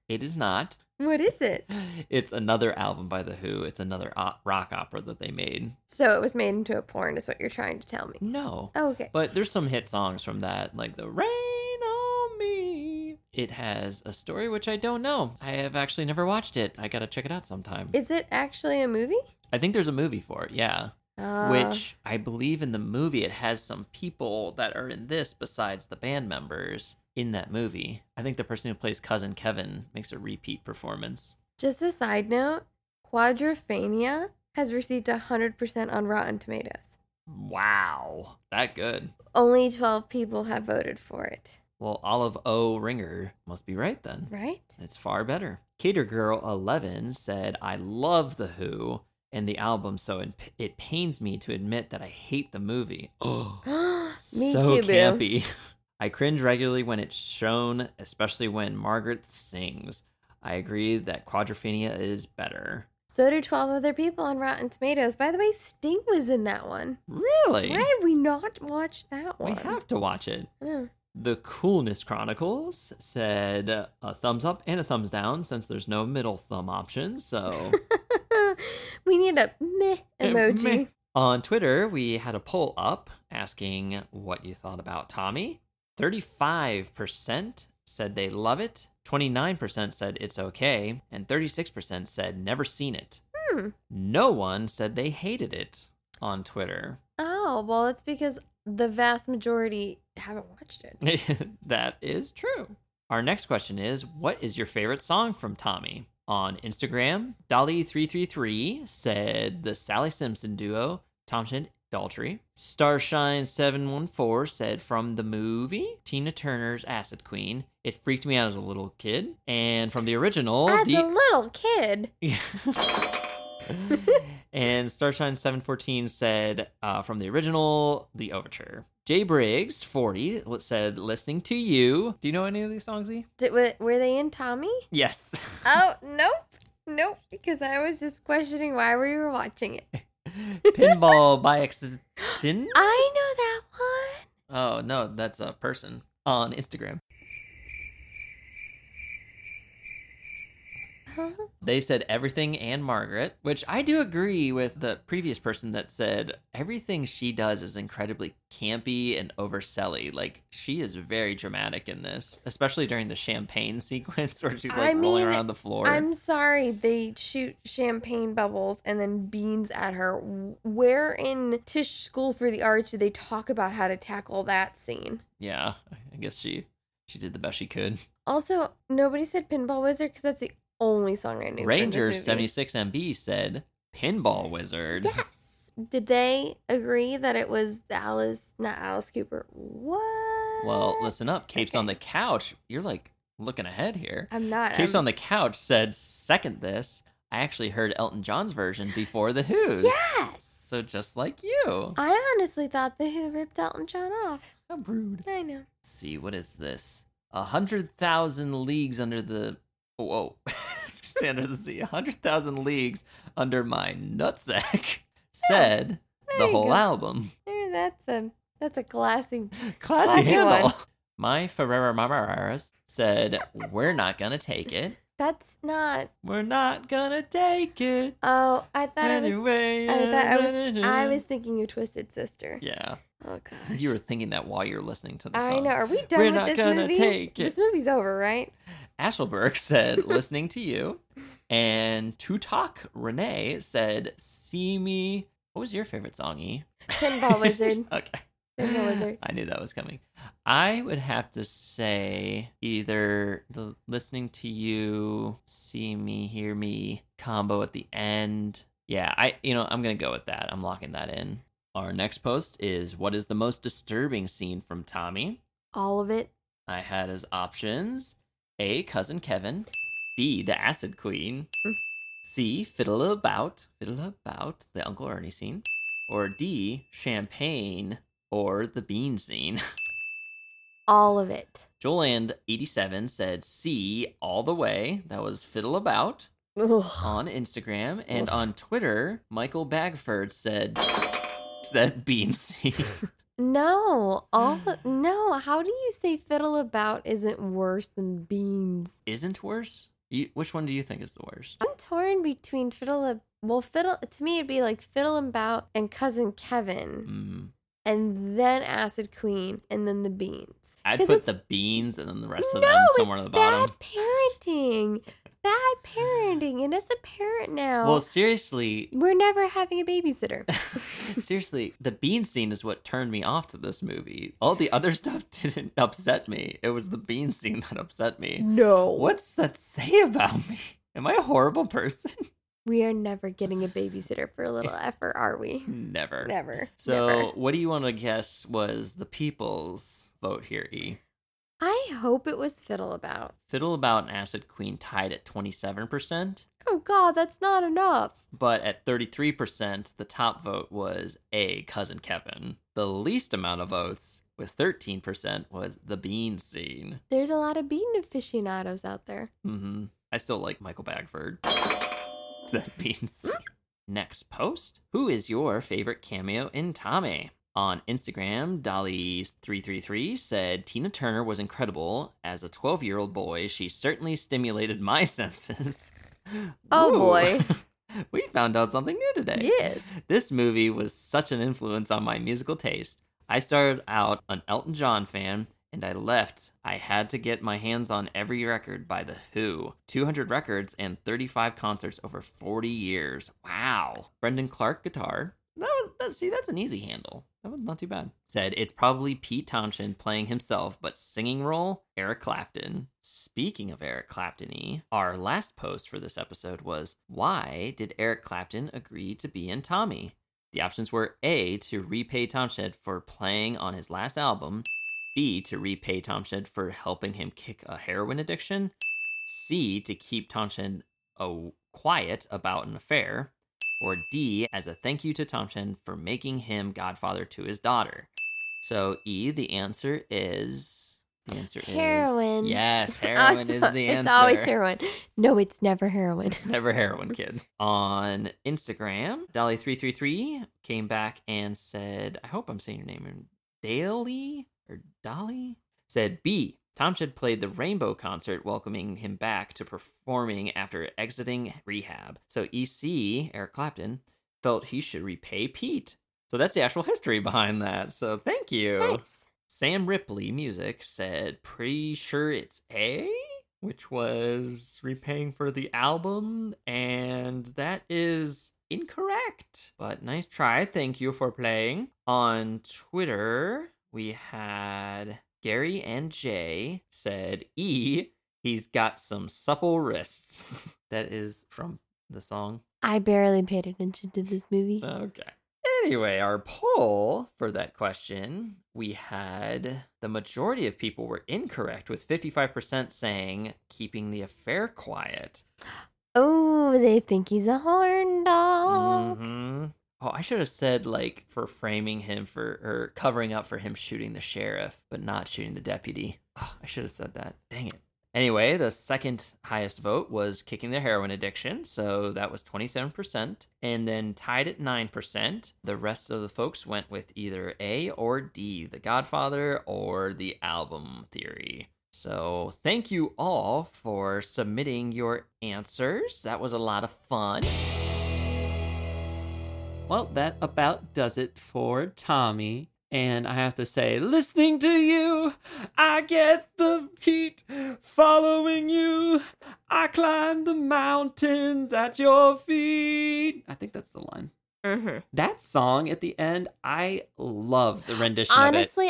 Speaker 2: It is not.
Speaker 1: What is it?
Speaker 2: It's another album by The Who. It's another o- rock opera that they made.
Speaker 1: So it was made into a porn, is what you're trying to tell me.
Speaker 2: No.
Speaker 1: Oh, okay.
Speaker 2: Mm. But there's some hit songs from that, like the Rain on Me. It has a story which I don't know. I have actually never watched it. I gotta check it out sometime.
Speaker 1: Is it actually a movie?
Speaker 2: I think there's a movie for it, yeah.
Speaker 1: Uh,
Speaker 2: which I believe in the movie it has some people that are in this besides the band members in that movie. I think the person who plays cousin Kevin makes a repeat performance.
Speaker 1: Just a side note Quadrophenia has received 100% on Rotten Tomatoes.
Speaker 2: Wow, that good.
Speaker 1: Only 12 people have voted for it,
Speaker 2: Well, Olive O. Ringer must be right then.
Speaker 1: right?
Speaker 2: It's far better. Cater Girl 11 said, I love The Who and the album, so it, it pains me to admit that I hate the movie. *gasps* Oh,
Speaker 1: *gasps* Me
Speaker 2: so
Speaker 1: too, Boo.
Speaker 2: campy. I cringe regularly when it's shown, especially when Margaret sings. I agree that Quadrophenia is better.
Speaker 1: So do 12 other people on Rotten Tomatoes. By the way, Sting was in that one.
Speaker 2: Really?
Speaker 1: Why have we not watched that
Speaker 2: We
Speaker 1: one?
Speaker 2: have to watch it.
Speaker 1: Oh.
Speaker 2: The Coolness Chronicles said a thumbs up and a thumbs down since there's no middle thumb
Speaker 1: *laughs*
Speaker 2: option. So
Speaker 1: *laughs* we need a meh
Speaker 2: Eh,
Speaker 1: emoji.
Speaker 2: meh. on Twitter, we had a poll up asking what you thought about Tommy. 35% said they love it, 29% said it's okay, and 36% said never seen it.
Speaker 1: Hmm.
Speaker 2: No one said they hated it on Twitter.
Speaker 1: Oh, well, it's because the vast majority haven't watched it.
Speaker 2: *laughs* that is true. Our next question is What is your favorite song from Tommy? On Instagram, Dolly333 said the Sally Simpson duo, Thompson Daltrey. Starshine714 said from the movie, Tina Turner's Acid Queen. It freaked me out as a little kid. And from the original,
Speaker 1: As
Speaker 2: the
Speaker 1: a little kid.
Speaker 2: and Starshine714 said uh, from the original, The Overture. Jay Briggs, 40, li- said, listening to you. Do you know any of these songs, E?
Speaker 1: Did, wa- were they in Tommy?
Speaker 2: Yes.
Speaker 1: Oh, nope. Nope. Because I was just questioning why we were watching
Speaker 2: *laughs*
Speaker 1: it.
Speaker 2: *laughs* Pinball by accident.
Speaker 1: I know that one.
Speaker 2: Oh, no, that's a person on Instagram.
Speaker 1: Huh?
Speaker 2: They said everything and Margaret, which I do agree with the previous person that said everything she does is incredibly campy and overselly. Like she is very dramatic in this, especially during the champagne *laughs* sequence where she's like
Speaker 1: I
Speaker 2: rolling
Speaker 1: mean,
Speaker 2: around the floor.
Speaker 1: I'm sorry. They shoot champagne bubbles and then beans at her. Where in Tisch School for the Arts did they talk about how to tackle that scene?
Speaker 2: Yeah, I guess she she did the best she could.
Speaker 1: Also, nobody said Pinball Wizard because that's the only song I knew. from this
Speaker 2: Ranger
Speaker 1: movie.
Speaker 2: 76MB said Pinball Wizard.
Speaker 1: Yes. Did they agree that it was Alice, not Alice Cooper? What?
Speaker 2: Well, listen up. Capes on the
Speaker 1: Okay.
Speaker 2: couch. You're like looking ahead here.
Speaker 1: I'm not.
Speaker 2: Capes
Speaker 1: I'm-
Speaker 2: on the couch said, "Second this, I actually heard Elton John's version before the Who's."
Speaker 1: Yes. Um,
Speaker 2: So just like you,
Speaker 1: I honestly thought the Who ripped Elton John off.
Speaker 2: a brood.
Speaker 1: I know.
Speaker 2: Let's see what is this? A hundred thousand leagues under the whoa, *laughs* It's under the sea. A hundred thousand leagues under my nutsack said
Speaker 1: *laughs* There
Speaker 2: the
Speaker 1: you
Speaker 2: whole
Speaker 1: go.
Speaker 2: album.
Speaker 1: There, that's a that's a classy.
Speaker 2: Classy,
Speaker 1: Classy
Speaker 2: handle.
Speaker 1: one.
Speaker 2: *laughs* My Ferrera Mamaras said, "We're not gonna take it.
Speaker 1: That's not.
Speaker 2: We're not gonna
Speaker 1: *laughs*
Speaker 2: take it."
Speaker 1: Oh, I thought I was.
Speaker 2: Anyway,
Speaker 1: I thought I was. I was thinking your twisted sister. *laughs*
Speaker 2: Yeah,
Speaker 1: Oh gosh.
Speaker 2: you were thinking that while you're listening to the
Speaker 1: I
Speaker 2: song.
Speaker 1: know. Are we done
Speaker 2: We're
Speaker 1: with
Speaker 2: not
Speaker 1: this
Speaker 2: gonna
Speaker 1: movie?
Speaker 2: take it.
Speaker 1: This movie's over, right?
Speaker 2: *laughs* Ashelberg
Speaker 1: *laughs*
Speaker 2: said, listening to you. And Tutak Renee said, see me. What was your favorite song, E?
Speaker 1: Pinball Wizard.
Speaker 2: *laughs* okay.
Speaker 1: Pinball Wizard.
Speaker 2: I knew that was coming. I would have to say either the listening to you, see me, hear me combo at the end. Yeah, I you know, I'm going to go with that. I'm locking that in. Our next post is what is the most disturbing scene from Tommy?
Speaker 1: All of it.
Speaker 2: I had as options A, cousin Kevin, B, the acid queen, C, fiddle about, fiddle about, the Uncle Ernie scene, or D, champagne, or the bean scene. *laughs*
Speaker 1: All of it.
Speaker 2: Joeland87 said C, all the way. That was fiddle about
Speaker 1: Ugh.
Speaker 2: on Instagram. And
Speaker 1: Oof.
Speaker 2: on Twitter, Michael Bagford said that bean scene. *laughs*
Speaker 1: No,
Speaker 2: *sighs*
Speaker 1: all no. How do you say fiddle about isn't worse than beans?
Speaker 2: Isn't worse? You, which one do you think is the worst?
Speaker 1: I'm torn between fiddle. ab- Well, fiddle to me it'd be like fiddle about and cousin Kevin,
Speaker 2: Mm.
Speaker 1: and then acid queen, and then the beans.
Speaker 2: I'd
Speaker 1: 'Cause
Speaker 2: put
Speaker 1: it's-
Speaker 2: the beans and then the rest of
Speaker 1: no,
Speaker 2: them somewhere
Speaker 1: it's
Speaker 2: on the bottom.
Speaker 1: bad parenting. bad parenting, and as a parent now, *laughs*
Speaker 2: Well, seriously, *laughs*
Speaker 1: we're never having a babysitter.
Speaker 2: seriously, the bean scene is what turned me off to this movie. All the other *laughs* stuff didn't upset me. It was the bean scene that upset me.
Speaker 1: no,
Speaker 2: What's that say about me? Am I a horrible person? *laughs*
Speaker 1: we are never getting a babysitter for a little effort, are we?
Speaker 2: Never.
Speaker 1: Never.
Speaker 2: So,
Speaker 1: never.
Speaker 2: what do you want to guess was the people's vote here, E?
Speaker 1: I hope it was fiddle about.
Speaker 2: Fiddle About and Acid Queen tied at 27%,
Speaker 1: Oh God, that's not enough.
Speaker 2: but at 33%, the top vote was A, Cousin Kevin. The least amount of votes, with 13%, was The Bean Scene.
Speaker 1: There's a lot of bean aficionados out there.
Speaker 2: hmm I still like Michael Bagford. *laughs* It's that bean scene. Next post. Who is your favorite cameo in Tommy? On Instagram, Dolly333 said Tina Turner was incredible. As a 12 year old boy, she certainly stimulated my *laughs* senses.
Speaker 1: Oh,
Speaker 2: Ooh.
Speaker 1: boy.
Speaker 2: *laughs* we found out something new today.
Speaker 1: Yes. *laughs*
Speaker 2: This movie was such an influence on my musical taste. I started out an Elton John fan, and I left. I had to get my hands on every record by The Who 200 records and 35 concerts over 40 years. Wow. Brendan Clark guitar. That was, that, see, that's an easy handle. That was not too bad. Said it's probably Pete Tompkins playing himself, but singing role, Eric Clapton. Speaking of Eric Clapton, E, our last post for this episode was Why did Eric Clapton agree to be in Tommy? The options were A, to repay Tomshed for playing on his last album, B, to repay Tomshed for helping him kick a heroin addiction, C, to keep Tomshed uh, quiet about an affair, or D, as a thank you to Thompson for making him godfather to his daughter. So E, the answer is the answer
Speaker 1: Heroin. *laughs*
Speaker 2: is yes,
Speaker 1: I
Speaker 2: heroin is
Speaker 1: saw-
Speaker 2: the answer.
Speaker 1: It's always heroin. No, it's never heroin.
Speaker 2: *laughs* Never
Speaker 1: *laughs*
Speaker 2: heroin, kids. On Instagram, Dolly333 came back and said, I hope I'm saying your name in Daly or Dolly? Said B. Tomshed played the Rainbow concert, welcoming him back to performing after exiting rehab. So EC, Eric Clapton, felt he should repay Pete. So that's the actual history behind that. So thank you.
Speaker 1: Nice.
Speaker 2: Sam Ripley Music said, pretty sure it's A, which was repaying for the album, and that is incorrect. But nice try. Thank you for playing. On Twitter, we had Gary and Jay said, E, he's got some supple wrists. *laughs* that is from the song
Speaker 1: I barely paid attention to this movie.
Speaker 2: Okay. Anyway, our poll for that question, we had the majority of people were incorrect, with 55% saying keeping the affair quiet.
Speaker 1: oh, they think he's a horn dog.
Speaker 2: Mhm. Oh, I should have said, like, for framing him for, or covering up for him shooting the sheriff, but not shooting the deputy. Oh, I should have said that. Dang it. Anyway, the second highest vote was kicking the heroin addiction, so that was 27%, and then tied at 9%. The rest of the folks went with either A or D, The Godfather or The Album Theory. So, thank you all for submitting your answers. That was a lot of fun.
Speaker 6: Well, that about does it for Tommy. And I have to say, listening to you, I get the heat following you. I climb the mountains at your feet. I think that's the line.
Speaker 1: Mm-hmm.
Speaker 6: That song at the end, I love the rendition
Speaker 1: Honestly,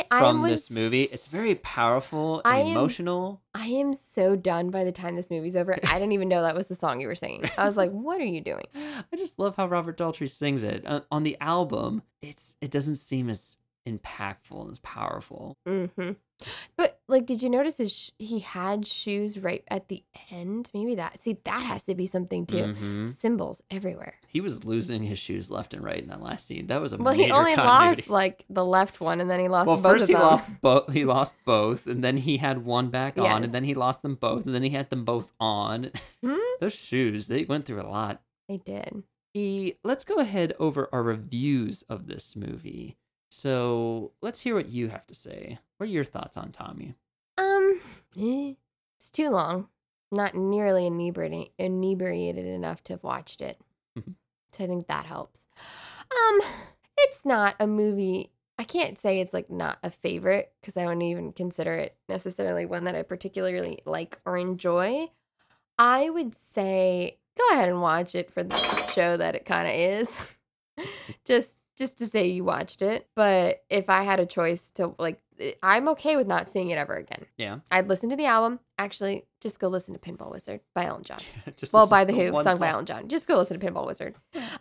Speaker 6: of it from
Speaker 1: I was
Speaker 6: this movie. It's very powerful and
Speaker 1: I am-
Speaker 6: emotional.
Speaker 1: I am so done by the time this movie's over. I didn't even know that was the song you were singing. I was like, what are
Speaker 6: *laughs*
Speaker 1: you doing?
Speaker 6: I just love how Robert Daltrey sings it. Uh, on the album, it's it doesn't seem as impactful and as powerful.
Speaker 1: Mm-hmm. But like, did you notice his sh- he had shoes right at the end? Maybe that. See, that has to be something too.
Speaker 6: Mhm.
Speaker 1: Symbols everywhere.
Speaker 6: He was losing his shoes left and right in that last scene. That was a
Speaker 1: Well,
Speaker 6: major
Speaker 1: he only
Speaker 6: continuity.
Speaker 1: lost like the left one, and then he lost
Speaker 6: well,
Speaker 1: both
Speaker 6: first
Speaker 1: of
Speaker 6: he
Speaker 1: them.
Speaker 6: lost both. He lost both, and then he had one back on,
Speaker 1: Yes.
Speaker 6: and then he lost them both, and then he had them both on.
Speaker 1: Hmm?
Speaker 6: *laughs* Those shoes, they went through a lot.
Speaker 1: They did.
Speaker 6: E, let's go ahead over our reviews of this movie.
Speaker 2: So let's hear what you have to say. What are your thoughts
Speaker 6: *laughs*
Speaker 2: on Tommy?
Speaker 1: Um, eh, it's too long. Not nearly inebriated, inebriated enough to have watched it.
Speaker 2: Mhm.
Speaker 1: So I think that helps. Um, it's not a movie. I can't say it's like not a favorite because I wouldn't even consider it necessarily one that I particularly like or enjoy. I would say go ahead and watch it for the show that it kind of is. *laughs* just just to say you watched it, but if I had a choice to like eh, I'm okay with not seeing it ever again.
Speaker 2: Yeah.
Speaker 1: I'd listen to the album. Actually, just go listen to Pinball Wizard by Elton John.
Speaker 2: Just
Speaker 1: well,
Speaker 2: this-
Speaker 1: by The Who,
Speaker 2: one
Speaker 1: sung by Elton John. Just go listen to Pinball Wizard.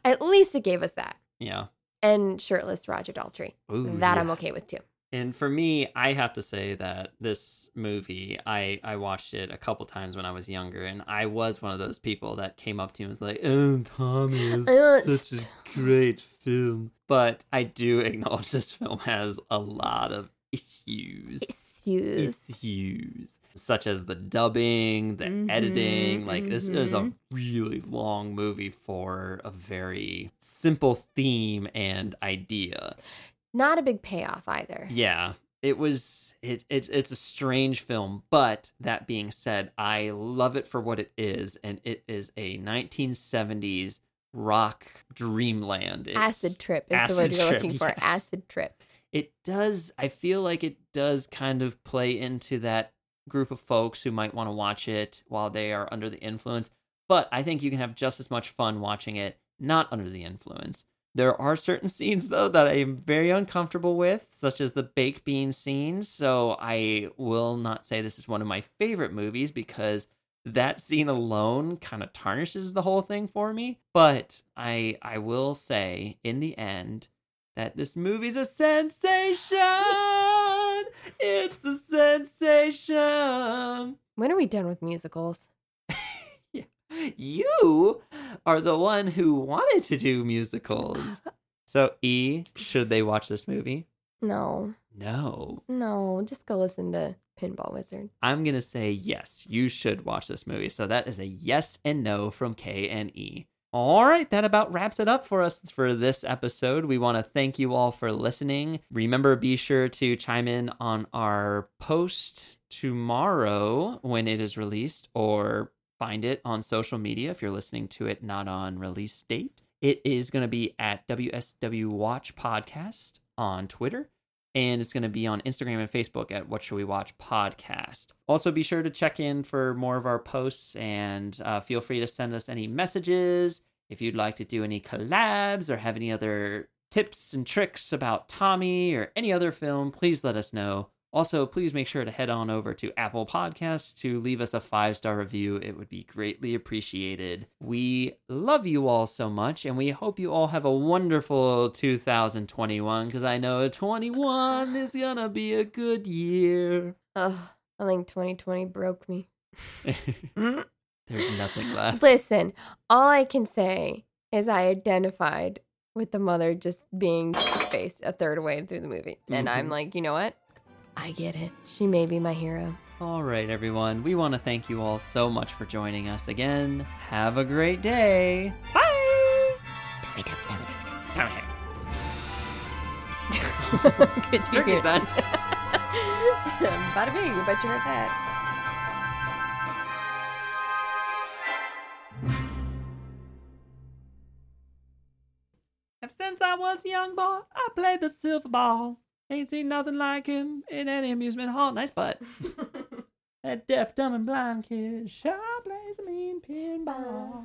Speaker 1: At least it gave us that.
Speaker 2: Yeah.
Speaker 1: And shirtless Roger Daltrey.
Speaker 2: Ooh,
Speaker 1: that
Speaker 2: yeah.
Speaker 1: I'm okay with too.
Speaker 2: And for me, I have to say that this movie, I, I watched it a couple times when I was younger, and I was one of those people that came up to me and was like, Oh, Tommy
Speaker 1: Oh,
Speaker 2: is
Speaker 1: it's
Speaker 2: such a great film. But I do *laughs* acknowledge this film has a lot of issues.
Speaker 1: Excuse.
Speaker 2: Issues such as the dubbing, the
Speaker 1: Mhm,
Speaker 2: editing. Like, this is a
Speaker 1: mhm.
Speaker 2: really long movie for a very simple theme and idea.
Speaker 1: Not a big payoff either.
Speaker 2: Yeah, it was. It, it's it's a strange film, but that being said, I love it for what it is, and it is a 1970s rock dreamland. It's,
Speaker 1: acid trip is the
Speaker 2: acid
Speaker 1: word you're
Speaker 2: trip,
Speaker 1: looking for.
Speaker 2: yes.
Speaker 1: Acid trip.
Speaker 2: It does. I feel like it does kind of play into that group of folks who might want to watch it while they are under the influence. But I think you can have just as much fun watching it not under the influence. There are certain scenes though that I am very uncomfortable with, such as the baked bean scene. So I will not say this is one of my favorite movies because that scene alone kind of tarnishes the whole thing for me. But I I will say in the end that this movie's a sensation. It's a sensation.
Speaker 1: When are we done with musicals?
Speaker 2: You are the one who wanted to do musicals. So, E, should they watch this movie?
Speaker 1: No,
Speaker 2: No.
Speaker 1: no. Just go listen to Pinball Wizard.
Speaker 2: I'm going to say yes, you should watch this movie. So, that is a yes and no from K and E. All right, that about wraps it up for us for this episode. We want to thank you all for listening. Remember, be sure to chime in on our post tomorrow when it is released or find it on social media if you're listening to it not on release date. It is going to be at WSW Watch Podcast on Twitter, and it's going to be on Instagram and Facebook at What Should We Watch Podcast. Also, be sure to check in for more of our posts and uh, feel free to send us any messages if you'd like to do any collabs or have any other tips and tricks about Tommy or any other film, please let us know. Also, please make sure to head on over to Apple Podcasts to leave us a five star review. It would be greatly appreciated. We love you all so much, and we hope you all have a wonderful 2021 because I know 21 is going to be a good year. *laughs*
Speaker 1: Ugh, I think 2020 broke me.
Speaker 2: There's nothing left.
Speaker 1: Listen, all I can say is I identified with the mother just being faced a third way through the movie. And I'm
Speaker 2: Mhm.
Speaker 1: like, you know what? I get it. She may be my
Speaker 2: *laughs*
Speaker 1: hero.
Speaker 2: All right, everyone. We want to thank you all so much for joining us again. Have a great day. Bye.
Speaker 1: Good *laughs*
Speaker 2: Turkey's on.
Speaker 1: Bada bing, you bet you heard that.
Speaker 2: Ever since I was a young boy, I played the silver ball. Ain't seen nothing like him in any amusement hall. Nice butt. that deaf, dumb, and blind kid sure plays a mean pinball.